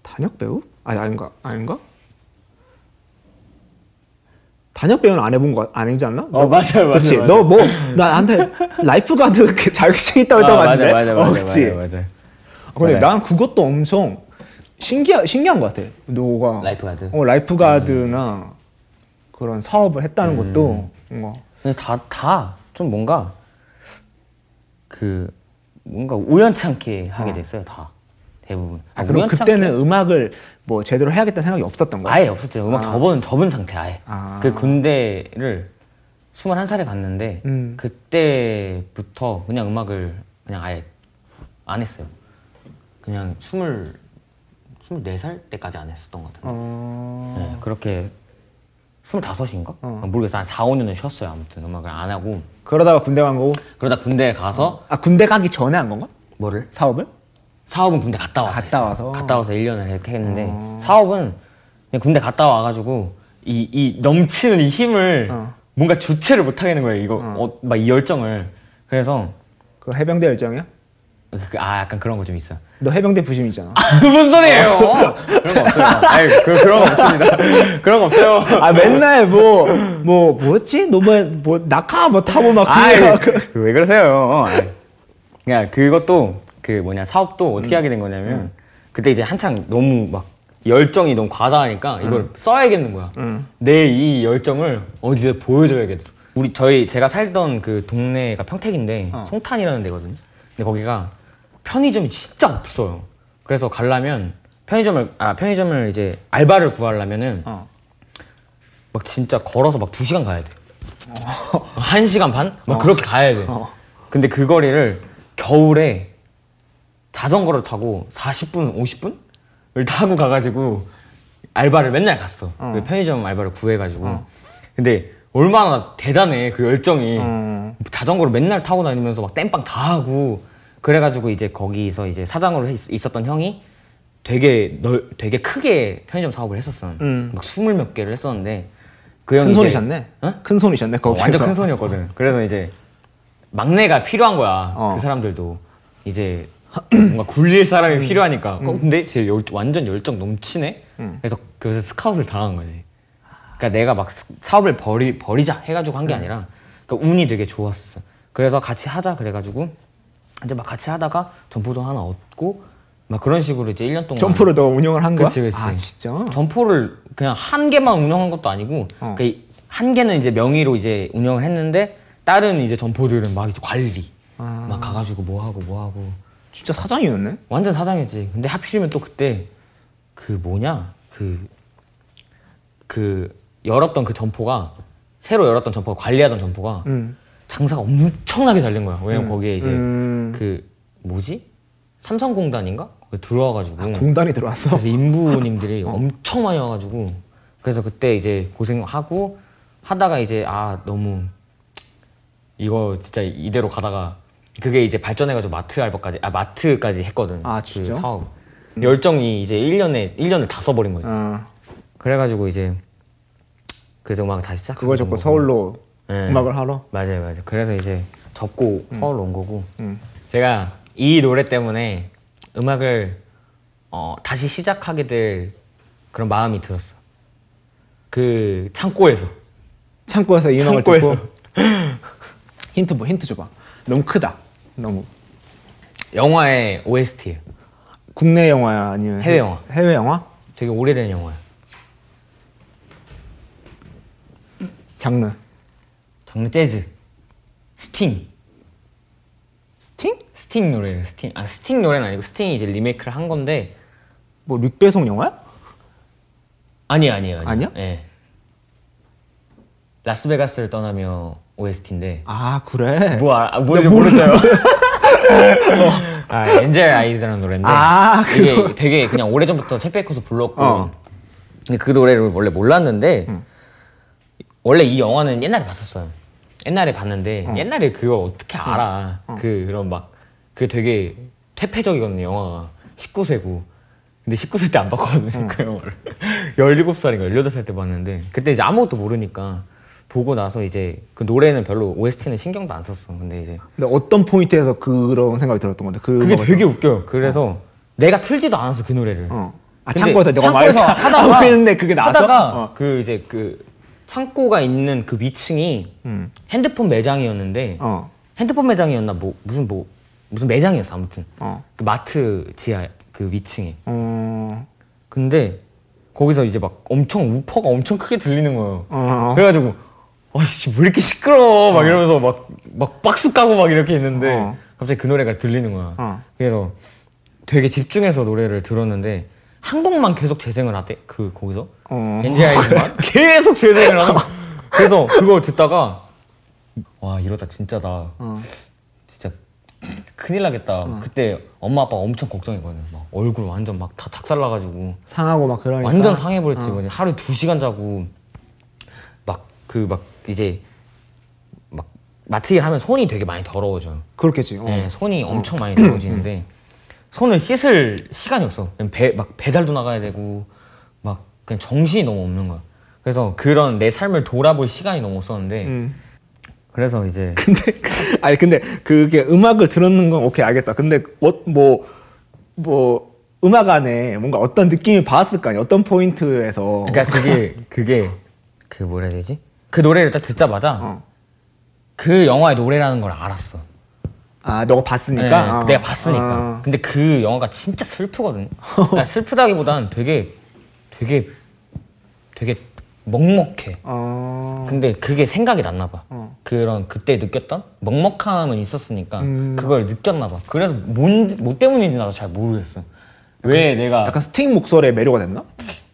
[SPEAKER 4] 단역 배우? 아니 아닌가 아닌가? 단역 배우는 안 해본 거 아니지 않나? 너-
[SPEAKER 5] 맞아요,
[SPEAKER 4] 그치? 너뭐 나한테 라이프가드 자격증 있다고 했던 거 같은데?
[SPEAKER 5] 맞아, 맞아,
[SPEAKER 4] 어,
[SPEAKER 5] 맞아,
[SPEAKER 4] 그치?
[SPEAKER 5] 맞아, 맞아.
[SPEAKER 4] 아, 근데
[SPEAKER 5] 맞아요.
[SPEAKER 4] 난 그것도 엄청 신기하, 신기한 것 같아. 너가
[SPEAKER 5] 라이프가드?
[SPEAKER 4] 어 라이프가드나 그런 사업을 했다는 것도 뭔가
[SPEAKER 3] 근데 다 다 좀 뭔가 그 뭔가 우연치 않게
[SPEAKER 5] 아.
[SPEAKER 3] 하게 됐어요 다 대부분.
[SPEAKER 4] 아,
[SPEAKER 3] 아,
[SPEAKER 4] 그럼
[SPEAKER 3] 우연치
[SPEAKER 4] 그때는
[SPEAKER 3] 않게?
[SPEAKER 4] 음악을 뭐 제대로 해야겠다는 생각이 없었던 거야?
[SPEAKER 3] 아예 없었죠. 음악
[SPEAKER 4] 아.
[SPEAKER 3] 접은 접은 상태 아예.
[SPEAKER 4] 아.
[SPEAKER 3] 그 군대를 21살에 갔는데
[SPEAKER 4] 음.
[SPEAKER 3] 그때부터 그냥 음악을 그냥 아예 안 했어요. 그냥 20 24살 때까지 안 했었던 것 같아요.
[SPEAKER 4] 어...
[SPEAKER 3] 네, 그렇게 25인가? 예, 모르겠어. 한 4, 5년을 쉬었어요. 아무튼 음악을 안 하고.
[SPEAKER 4] 그러다가 군대 간 거고
[SPEAKER 3] 그러다 군대에 가서
[SPEAKER 4] 아 군대 가기 전에 한 건가?
[SPEAKER 3] 어. 뭐를?
[SPEAKER 4] 사업을?
[SPEAKER 3] 사업은 군대 갔다 와서 어.
[SPEAKER 4] 갔다
[SPEAKER 3] 했어요.
[SPEAKER 4] 와서.
[SPEAKER 3] 갔다 와서 1년을 이렇게 했는데 사업은 그냥 군대 갔다 와 가지고 이, 이 넘치는 이 힘을
[SPEAKER 4] 어.
[SPEAKER 3] 뭔가 주체를 못 하겠는 거예요. 이거 어. 막 이 열정을. 그래서
[SPEAKER 4] 그 해병대 열정이야?
[SPEAKER 3] 그- 아 약간 그런 거 좀 있어.
[SPEAKER 4] 너 해병대 부심이잖아.
[SPEAKER 3] 무슨 소리예요? 그런 거 없어요. 아니, 그, 그런 거 없습니다. 그런 거 없어요.
[SPEAKER 4] 아 맨날 뭐 뭐 뭐, 였지 너뭐뭐 낙하 뭐 타고 막
[SPEAKER 3] 아이,
[SPEAKER 4] 그냥
[SPEAKER 3] 그, 왜 그러세요? 어, 아이. 그러니까 그냥 그것도 그 뭐냐 사업도
[SPEAKER 4] 음.
[SPEAKER 3] 어떻게 하게 된 거냐면 그때 이제 한창 너무 막 열정이 너무 과다하니까 이걸
[SPEAKER 4] 음.
[SPEAKER 3] 써야겠는 거야. 내 이 열정을 어디에 보여줘야겠어. 우리 저희 제가 살던 그 동네가 평택인데
[SPEAKER 4] 어.
[SPEAKER 3] 송탄이라는 데거든요. 근데 거기가 편의점이 진짜 없어요. 그래서 가려면 편의점을 아 편의점을 이제 알바를 구하려면은
[SPEAKER 4] 어.
[SPEAKER 3] 막 진짜 걸어서 막 두시간 가야 돼. 한시간 반? 막 그렇게 가야 돼. 근데 그 거리를 겨울에 자전거를 타고 40분, 50분을 타고 가가지고 알바를 맨날 갔어. 그 편의점 알바를 구해가지고. 근데 얼마나 대단해 그 열정이.
[SPEAKER 4] 음.
[SPEAKER 3] 자전거를 맨날 타고 다니면서 막 땜빵 다 하고 그래가지고 이제 거기서 이제 사장으로 했- 있었던 형이 되게 넓, 되게 크게 편의점 사업을 했었어.
[SPEAKER 4] 음.
[SPEAKER 3] 막 스물 몇 개를 했었는데 그 형이
[SPEAKER 4] 큰
[SPEAKER 3] 이제-
[SPEAKER 4] 손이셨네.
[SPEAKER 3] 어?
[SPEAKER 4] 큰 손이셨네.
[SPEAKER 3] 어,
[SPEAKER 4] 거기
[SPEAKER 3] 완전 큰 손이었거든. 그래서 이제 막내가 필요한 거야.
[SPEAKER 4] 어.
[SPEAKER 3] 그 사람들도 이제 뭔가 굴릴 사람이 필요하니까. 어, 근데 제 열, 완전 열정 넘치네.
[SPEAKER 4] 음.
[SPEAKER 3] 그래서 그래서 스카웃을 당한 거지. 그러니까 내가 막 스- 사업을 버리 버리자 해가지고
[SPEAKER 4] 음.
[SPEAKER 3] 한 게 아니라 그러니까 운이 되게 좋았어. 그래서 같이 하자 그래가지고 이제 막 같이 하다가 점포도 하나 얻고 막 그런 식으로 이제 1년 동안
[SPEAKER 4] 점프를 너 운영을 한 거야?
[SPEAKER 3] 그치, 그치.
[SPEAKER 4] 아 진짜?
[SPEAKER 3] 점포를 그냥 한 개만 운영한 것도 아니고
[SPEAKER 4] 어.
[SPEAKER 3] 그한 개는 이제 명의로 이제 운영을 했는데 다른 이제 점포들은 막 이제 관리
[SPEAKER 4] 아.
[SPEAKER 3] 막 가가지고 뭐 하고 뭐 하고
[SPEAKER 4] 진짜 사장이었네.
[SPEAKER 3] 완전 사장이지. 근데 하필이면 또 그때 그 뭐냐 그 그 열었던 그 점포가 새로 열었던 점포 관리하던 점포가
[SPEAKER 4] 음.
[SPEAKER 3] 장사가 엄청나게 잘 된 거야. 왜냐면 거기에 이제
[SPEAKER 4] 음.
[SPEAKER 3] 그 뭐지 삼성공단인가 거기 들어와가지고
[SPEAKER 4] 아, 공단이 들어왔어.
[SPEAKER 3] 그래서 인부님들이 엄청 많이 와가지고 그래서 그때 이제 고생하고 하다가 이제 아 너무 이거 진짜 이대로 가다가 그게 이제 발전해가지고 마트 알바까지 아 마트까지 했거든
[SPEAKER 4] 아, 진짜?
[SPEAKER 3] 그 사업 열정이 이제 1년에 1년을 다 써버린 거지
[SPEAKER 4] 어.
[SPEAKER 3] 그래가지고 이제 그래서 음악 다시 시작
[SPEAKER 4] 그걸 접고 서울로
[SPEAKER 3] 네.
[SPEAKER 4] 음악을 하러.
[SPEAKER 3] 맞아요 맞아요 그래서 이제 접고 서울로 온 거고
[SPEAKER 4] 음.
[SPEAKER 3] 제가 이 노래 때문에 음악을 어, 다시 시작하게 될 그런 마음이 들었어. 그 창고에서
[SPEAKER 4] 창고에서 이 음악을
[SPEAKER 3] 창고에서.
[SPEAKER 4] 듣고 힌트 뭐 힌트 줘봐. 너무 크다. 너무
[SPEAKER 3] 영화의 OST예요.
[SPEAKER 4] 국내 영화야 아니면
[SPEAKER 3] 해외 영화.
[SPEAKER 4] 해외 영화?
[SPEAKER 3] 되게 오래된 영화예요.
[SPEAKER 4] 장르.
[SPEAKER 3] 장르 재즈. 스팅.
[SPEAKER 4] 스팅?
[SPEAKER 3] 스팅 노래예요. 스팅. 아 스팅 노래는 아니고 스팅이 이제 리메이크를 한 건데
[SPEAKER 4] 뭐 릭배송 영화야?
[SPEAKER 3] 아니에요, 아니에요. 아니에요.
[SPEAKER 4] 아니야?
[SPEAKER 3] 예. 라스베가스를 떠나며 OST인데
[SPEAKER 4] 아 그래.
[SPEAKER 3] 뭐 아, 뭐지 모르죠. 아, 엔젤 아이즈라는 노래인데
[SPEAKER 4] 아, 그
[SPEAKER 3] 이게 되게 그냥 오래전부터 챗백커서 불렀고
[SPEAKER 4] 어. 음.
[SPEAKER 3] 근데 그 노래를 원래 몰랐는데 원래 이 영화는 옛날에 봤었어요. 옛날에 봤는데
[SPEAKER 4] 어.
[SPEAKER 3] 옛날에 그거
[SPEAKER 4] 음.
[SPEAKER 3] 어떻게 알아? 그 그런 막 그 되게 퇴폐적이거든요 영화가 19세고 근데 19세 때 안 봤거든요
[SPEAKER 4] 음.
[SPEAKER 3] 그 영화를 17살인가 18살 때 봤는데 그때 이제 아무것도 모르니까 보고 나서 이제 그 노래는 별로 OST는 신경도 안 썼어 근데 이제
[SPEAKER 4] 근데 어떤 포인트에서 그런 생각이 들었던 건데 그
[SPEAKER 3] 그게
[SPEAKER 4] 음악을
[SPEAKER 3] 되게 웃겨요 그래서 내가 틀지도 않았어 그 노래를
[SPEAKER 4] 어. 아
[SPEAKER 3] 근데
[SPEAKER 4] 창고에서 내가
[SPEAKER 3] 창고에서
[SPEAKER 4] 말을
[SPEAKER 3] 하다가
[SPEAKER 4] 했는데 그게 나왔어?
[SPEAKER 3] 하다가
[SPEAKER 4] 어.
[SPEAKER 3] 그 이제 그 창고가 있는 그 위층이
[SPEAKER 4] 음.
[SPEAKER 3] 핸드폰 매장이었는데
[SPEAKER 4] 어.
[SPEAKER 3] 핸드폰 매장이었나 뭐 무슨 뭐 무슨 매장이었어 아무튼
[SPEAKER 4] 어.
[SPEAKER 3] 그 마트 지하 그 위층에
[SPEAKER 4] 어.
[SPEAKER 3] 근데 거기서 이제 막 엄청 우퍼가 엄청 크게 들리는 거예요.
[SPEAKER 4] 어.
[SPEAKER 3] 그래가지고 아씨 왜 이렇게 시끄러워 막 이러면서 막 막 박수 까고 막 이렇게 있는데
[SPEAKER 4] 어.
[SPEAKER 3] 갑자기 그 노래가 들리는 거야.
[SPEAKER 4] 어.
[SPEAKER 3] 그래서 되게 집중해서 노래를 들었는데 한 곡만 계속 재생을 하대 그 거기서
[SPEAKER 4] 어.
[SPEAKER 3] NGI만 계속 재생을 하는 거야. 그래서 그거 듣다가 와 이러다 진짜 나
[SPEAKER 4] 어.
[SPEAKER 3] 진짜 큰일 나겠다. 그때 엄마 아빠가 엄청 걱정했거든. 막 얼굴 완전 막 다 작살나가지고
[SPEAKER 4] 상하고 막 그러니까
[SPEAKER 3] 완전 상해버렸지. 그냥 하루 두 시간 자고 그 막 이제 막 마트 일 하면 손이 되게 많이 더러워져요.
[SPEAKER 4] 그렇겠지. 어. 음,
[SPEAKER 3] 네, 손이 엄청 많이 더러워지는데 손을 씻을 시간이 없어. 그냥 배, 막 배달도 나가야 되고 막 그냥 정신이 너무 없는 거야. 그래서 그런 내 삶을 돌아볼 시간이 너무 없었는데
[SPEAKER 4] 음.
[SPEAKER 3] 그래서 이제
[SPEAKER 4] 근데 아니 근데 그게 음악을 들었는 건 오케이 알겠다. 근데 뭐뭐 뭐 음악 안에 뭔가 어떤 느낌이 받았을 거 아니야. 어떤 포인트에서
[SPEAKER 3] 그러니까 그게 그게 그 뭐라 해야 되지? 그 노래를 딱 듣자마자
[SPEAKER 4] 어.
[SPEAKER 3] 그 영화의 노래라는 걸 알았어.
[SPEAKER 4] 아 너가 봤으니까.
[SPEAKER 3] 네,
[SPEAKER 4] 아.
[SPEAKER 3] 내가 봤으니까.
[SPEAKER 4] 아.
[SPEAKER 3] 근데 그 영화가 진짜 슬프거든. 그러니까 슬프다기보단 되게 되게 되게 먹먹해.
[SPEAKER 4] 어.
[SPEAKER 3] 근데 그게 생각이 났나 봐.
[SPEAKER 4] 어.
[SPEAKER 3] 그런 그때 느꼈던 먹먹함은 있었으니까
[SPEAKER 4] 음.
[SPEAKER 3] 그걸 느꼈나 봐. 그래서 뭔, 뭐 때문인지 나도 잘 모르겠어. 왜 내가
[SPEAKER 4] 약간 스팅 목소리에 매료가 됐나?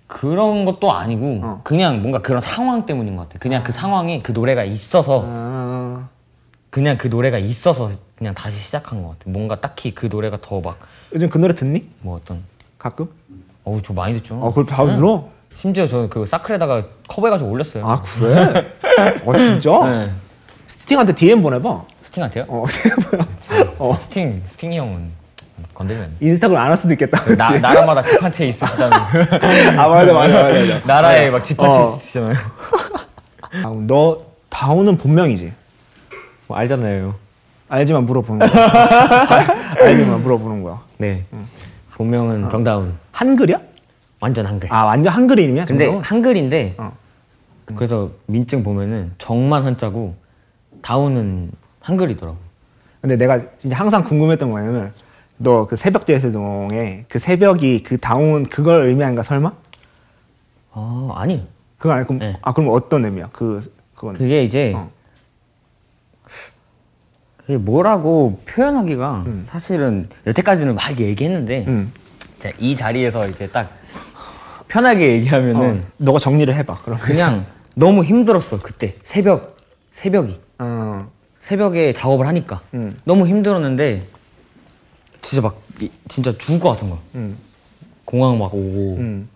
[SPEAKER 3] 그런 것도 아니고
[SPEAKER 4] 어.
[SPEAKER 3] 그냥 뭔가 그런 상황 때문인 것 같아. 그냥 그 상황이 그 노래가 있어서
[SPEAKER 4] 아.
[SPEAKER 3] 그냥 그 노래가 있어서 그냥 다시 시작한 것 같아. 뭔가 딱히 그 노래가 더 막 뭐
[SPEAKER 4] 요즘 그 노래 듣니?
[SPEAKER 3] 어떤
[SPEAKER 4] 가끔?
[SPEAKER 3] 어우 저 많이 듣죠.
[SPEAKER 4] 아 그걸 다
[SPEAKER 3] 네.
[SPEAKER 4] 불러?
[SPEAKER 3] 심지어 저는 그 사클에다가 커버해가지고 올렸어요.
[SPEAKER 4] 아 그래? 어 진짜?
[SPEAKER 3] 네.
[SPEAKER 4] 스팅한테 DM 보내봐.
[SPEAKER 3] 스팅한테요? 네,
[SPEAKER 4] 어 DM 보내. 어
[SPEAKER 3] 스팅 스팅이 형은 건드리면 안 돼.
[SPEAKER 4] 인스타그램 안 할 수도 있겠다. 그치?
[SPEAKER 3] 나, 나라마다 집 한 채 있으시다는
[SPEAKER 4] 아 맞아 맞아 맞아. 맞아.
[SPEAKER 3] 나라에 막 집 한 채
[SPEAKER 4] 어.
[SPEAKER 3] 있으시잖아요.
[SPEAKER 4] 다운. 너 다운은 본명이지.
[SPEAKER 1] 뭐
[SPEAKER 3] 네.
[SPEAKER 1] 알잖아요.
[SPEAKER 4] 알지만 물어보는 거야. 알지만 물어보는 거야.
[SPEAKER 3] 네. 본명은 정다운.
[SPEAKER 4] 한글이야?
[SPEAKER 3] 완전 한글.
[SPEAKER 4] 아 완전 한글 이름이야?
[SPEAKER 3] 근데
[SPEAKER 4] 정답은?
[SPEAKER 3] 한글인데
[SPEAKER 4] 어.
[SPEAKER 3] 그래서 민증 보면은 정만 한자고 다운은 한글이더라고.
[SPEAKER 4] 근데 내가 진짜 항상 궁금했던 거 뭐냐면 너 그 새벽 제세동에 그 새벽이 그 다운 그걸 의미한가 설마?
[SPEAKER 3] 아 아니.
[SPEAKER 4] 그거 아니 그럼
[SPEAKER 3] 네.
[SPEAKER 4] 아 그럼 어떤 의미야? 그 그건
[SPEAKER 3] 그게 이제
[SPEAKER 4] 어.
[SPEAKER 3] 그게 뭐라고 표현하기가
[SPEAKER 4] 음.
[SPEAKER 3] 사실은 여태까지는 막 얘기했는데
[SPEAKER 4] 응.
[SPEAKER 3] 자, 이 자리에서 이제 딱 편하게 얘기하면은
[SPEAKER 4] 어, 너가 정리를 해봐. 그럼
[SPEAKER 3] 그냥 너무 힘들었어 그때 새벽 새벽이
[SPEAKER 4] 어.
[SPEAKER 3] 새벽에 작업을 하니까
[SPEAKER 4] 음.
[SPEAKER 3] 너무 힘들었는데 진짜 막 이- 진짜 죽을 것 같은 거
[SPEAKER 4] 음.
[SPEAKER 3] 공항 막 오고
[SPEAKER 4] 음.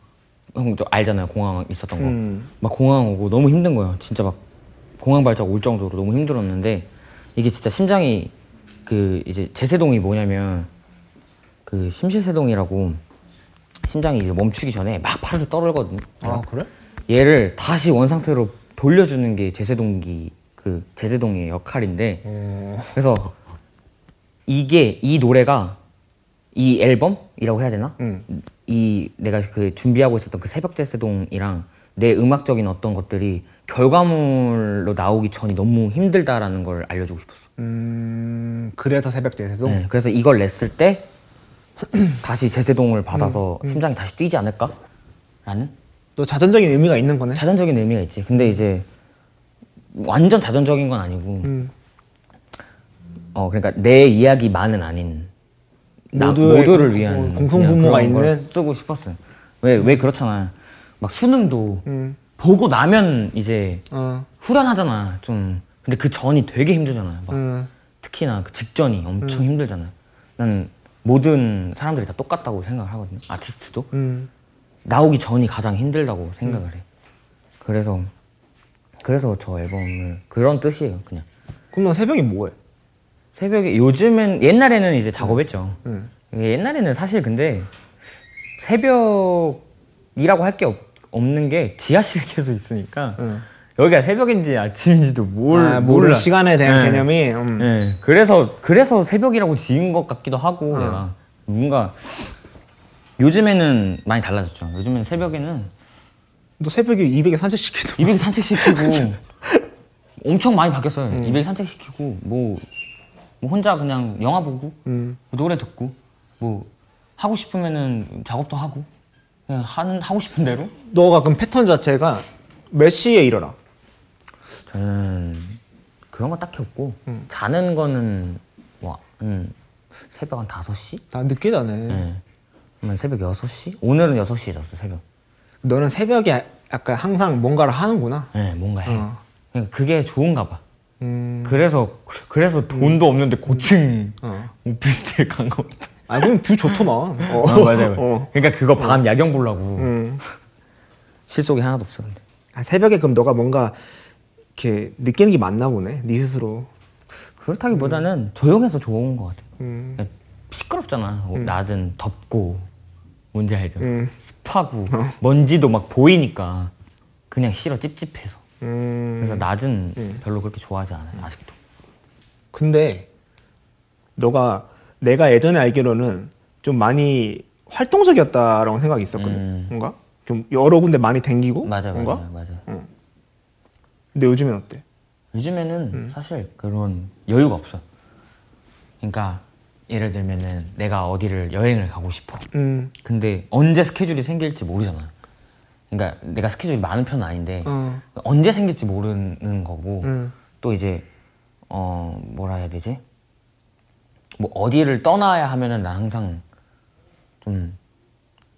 [SPEAKER 3] 형도 알잖아요 공항 있었던 거.
[SPEAKER 4] 음.
[SPEAKER 3] 막 공항 오고 너무 힘든 거예요. 진짜 막 공항 발작 올 정도로 너무 힘들었는데 이게 진짜 심장이 그 이제 제세동이 뭐냐면 그 심실세동이라고 심장이 이제 멈추기 전에 막 팔을 떨거든요.
[SPEAKER 4] 아 그래?
[SPEAKER 3] 얘를 다시 원 상태로 돌려주는 게 제세동기 그 제세동의 역할인데
[SPEAKER 4] 어,
[SPEAKER 3] 그래서 이게 이 노래가 이 앨범이라고 해야 되나?
[SPEAKER 4] 응.
[SPEAKER 3] 이 내가 그 준비하고 있었던 그 새벽 대세동이랑 내 음악적인 어떤 것들이 결과물로 나오기 전이 너무 힘들다라는 걸 알려주고 싶었어.
[SPEAKER 4] 음. 그래서 새벽 제세동.
[SPEAKER 3] 네, 그래서 이걸 냈을 때 다시 제세동을 받아서 심장이 다시 뛰지 않을까라는
[SPEAKER 4] 또 자전적인 의미가 있는 거네.
[SPEAKER 3] 자전적인 의미가 있지. 근데 이제 완전 자전적인 건 아니고,
[SPEAKER 4] 음.
[SPEAKER 3] 어 그러니까 내 이야기만은 아닌 나,
[SPEAKER 4] 모두의
[SPEAKER 3] 모두를
[SPEAKER 4] 공- 어,
[SPEAKER 3] 위한
[SPEAKER 4] 공- 공통분모가
[SPEAKER 3] 그냥 그런 걸
[SPEAKER 4] 있는?
[SPEAKER 3] 쓰고 싶었어요. 왜 왜 그렇잖아. 막 수능도
[SPEAKER 4] 음.
[SPEAKER 3] 보고 나면 이제
[SPEAKER 4] 어.
[SPEAKER 3] 후련하잖아. 좀 근데 그 전이 되게 힘들잖아. 막
[SPEAKER 4] 음.
[SPEAKER 3] 특히나 그 직전이 엄청 힘들잖아. 난 모든 사람들이 다 똑같다고 생각을 하거든요. 아티스트도
[SPEAKER 4] 음.
[SPEAKER 3] 나오기 전이 가장 힘들다고 생각을 해. 그래서 그래서 저 앨범을 그런 뜻이에요. 그냥
[SPEAKER 4] 그럼 너 새벽이 뭐해?
[SPEAKER 3] 새벽에 요즘엔 옛날에는 이제 작업했죠.
[SPEAKER 4] 음.
[SPEAKER 3] 옛날에는 사실 근데 새벽이라고 할 게 없는 게 지하실 계속 있으니까
[SPEAKER 4] 음.
[SPEAKER 3] 여기가 새벽인지 아침인지도 뭘
[SPEAKER 4] 아, 모를
[SPEAKER 3] 몰라.
[SPEAKER 4] 시간에 대한
[SPEAKER 3] 네.
[SPEAKER 4] 개념이 음.
[SPEAKER 3] 예, 그래서 그래서 새벽이라고 지은 것 같기도 하고
[SPEAKER 4] 어.
[SPEAKER 3] 내가 뭔가 요즘에는 많이 달라졌죠. 요즘에는 새벽에는
[SPEAKER 4] 너 새벽에 200에 산책시키도
[SPEAKER 3] 200 산책시키고 엄청 많이 바뀌었어요. 200 산책시키고 뭐, 뭐 혼자 그냥 영화 보고 뭐
[SPEAKER 4] 음.
[SPEAKER 3] 노래 듣고 뭐 하고 싶으면은 작업도 하고 그냥 하는 하고 싶은 대로
[SPEAKER 4] 너가 그럼 패턴 자체가 몇 시에 일어나?
[SPEAKER 3] 저는 그런 거 딱히 없고 자는 거는 뭐 한 새벽 한 5시?
[SPEAKER 4] 나 늦게 자네.
[SPEAKER 3] 네. 그러면 새벽 6시? 오늘은 6시에 잤어, 새벽.
[SPEAKER 4] 너는 새벽에 약간 항상 뭔가를 하는구나.
[SPEAKER 3] 네, 뭔가 해. 그러니까
[SPEAKER 4] 어.
[SPEAKER 3] 그냥 그게 좋은가 봐.
[SPEAKER 4] 음.
[SPEAKER 3] 그래서 그래서 돈도 없는데 고층
[SPEAKER 4] 어.
[SPEAKER 3] 오피스텔 간 거 같아.
[SPEAKER 4] 아 그럼 뷰 좋더만. 어.
[SPEAKER 3] 아, 맞아요.
[SPEAKER 4] 어.
[SPEAKER 3] 그러니까 그거 밤 야경 보려고
[SPEAKER 4] 음.
[SPEAKER 3] 실속이 하나도 없어 근데.
[SPEAKER 4] 아, 새벽에 그럼 너가 뭔가 이렇게 느끼는 게 맞나 보네. 네 스스로.
[SPEAKER 3] 그렇다기보다는 조용해서 좋은 것 같아요.
[SPEAKER 4] 음.
[SPEAKER 3] 그냥 시끄럽잖아. 어, 낮은 덥고 뭔지 알죠?
[SPEAKER 4] 음. 어.
[SPEAKER 3] 습하고 먼지도 막 보이니까 그냥 싫어 찝찝해서.
[SPEAKER 4] 음.
[SPEAKER 3] 그래서 낮은 별로 그렇게 좋아하지 않아요. 아직도.
[SPEAKER 4] 근데 너가 내가 예전에 알기로는 좀 많이 활동적이었다라고 생각이 있었거든.
[SPEAKER 3] 음.
[SPEAKER 4] 뭔가 좀 여러 군데 많이 댕기고
[SPEAKER 3] 맞아 맞아
[SPEAKER 4] 어? 뭔가.
[SPEAKER 3] 맞아.
[SPEAKER 4] 근데 요즘엔 어때?
[SPEAKER 3] 요즘에는
[SPEAKER 4] 음.
[SPEAKER 3] 사실 그런 여유가 없어. 그러니까 예를 들면은 내가 어디를 여행을 가고 싶어.
[SPEAKER 4] 음.
[SPEAKER 3] 근데 언제 스케줄이 생길지 모르잖아. 그러니까 내가 스케줄이 많은 편은 아닌데
[SPEAKER 4] 어.
[SPEAKER 3] 언제 생길지 모르는 거고
[SPEAKER 4] 음.
[SPEAKER 3] 또 이제 어 뭐라 해야 되지? 뭐 어디를 떠나야 하면은 나 항상 좀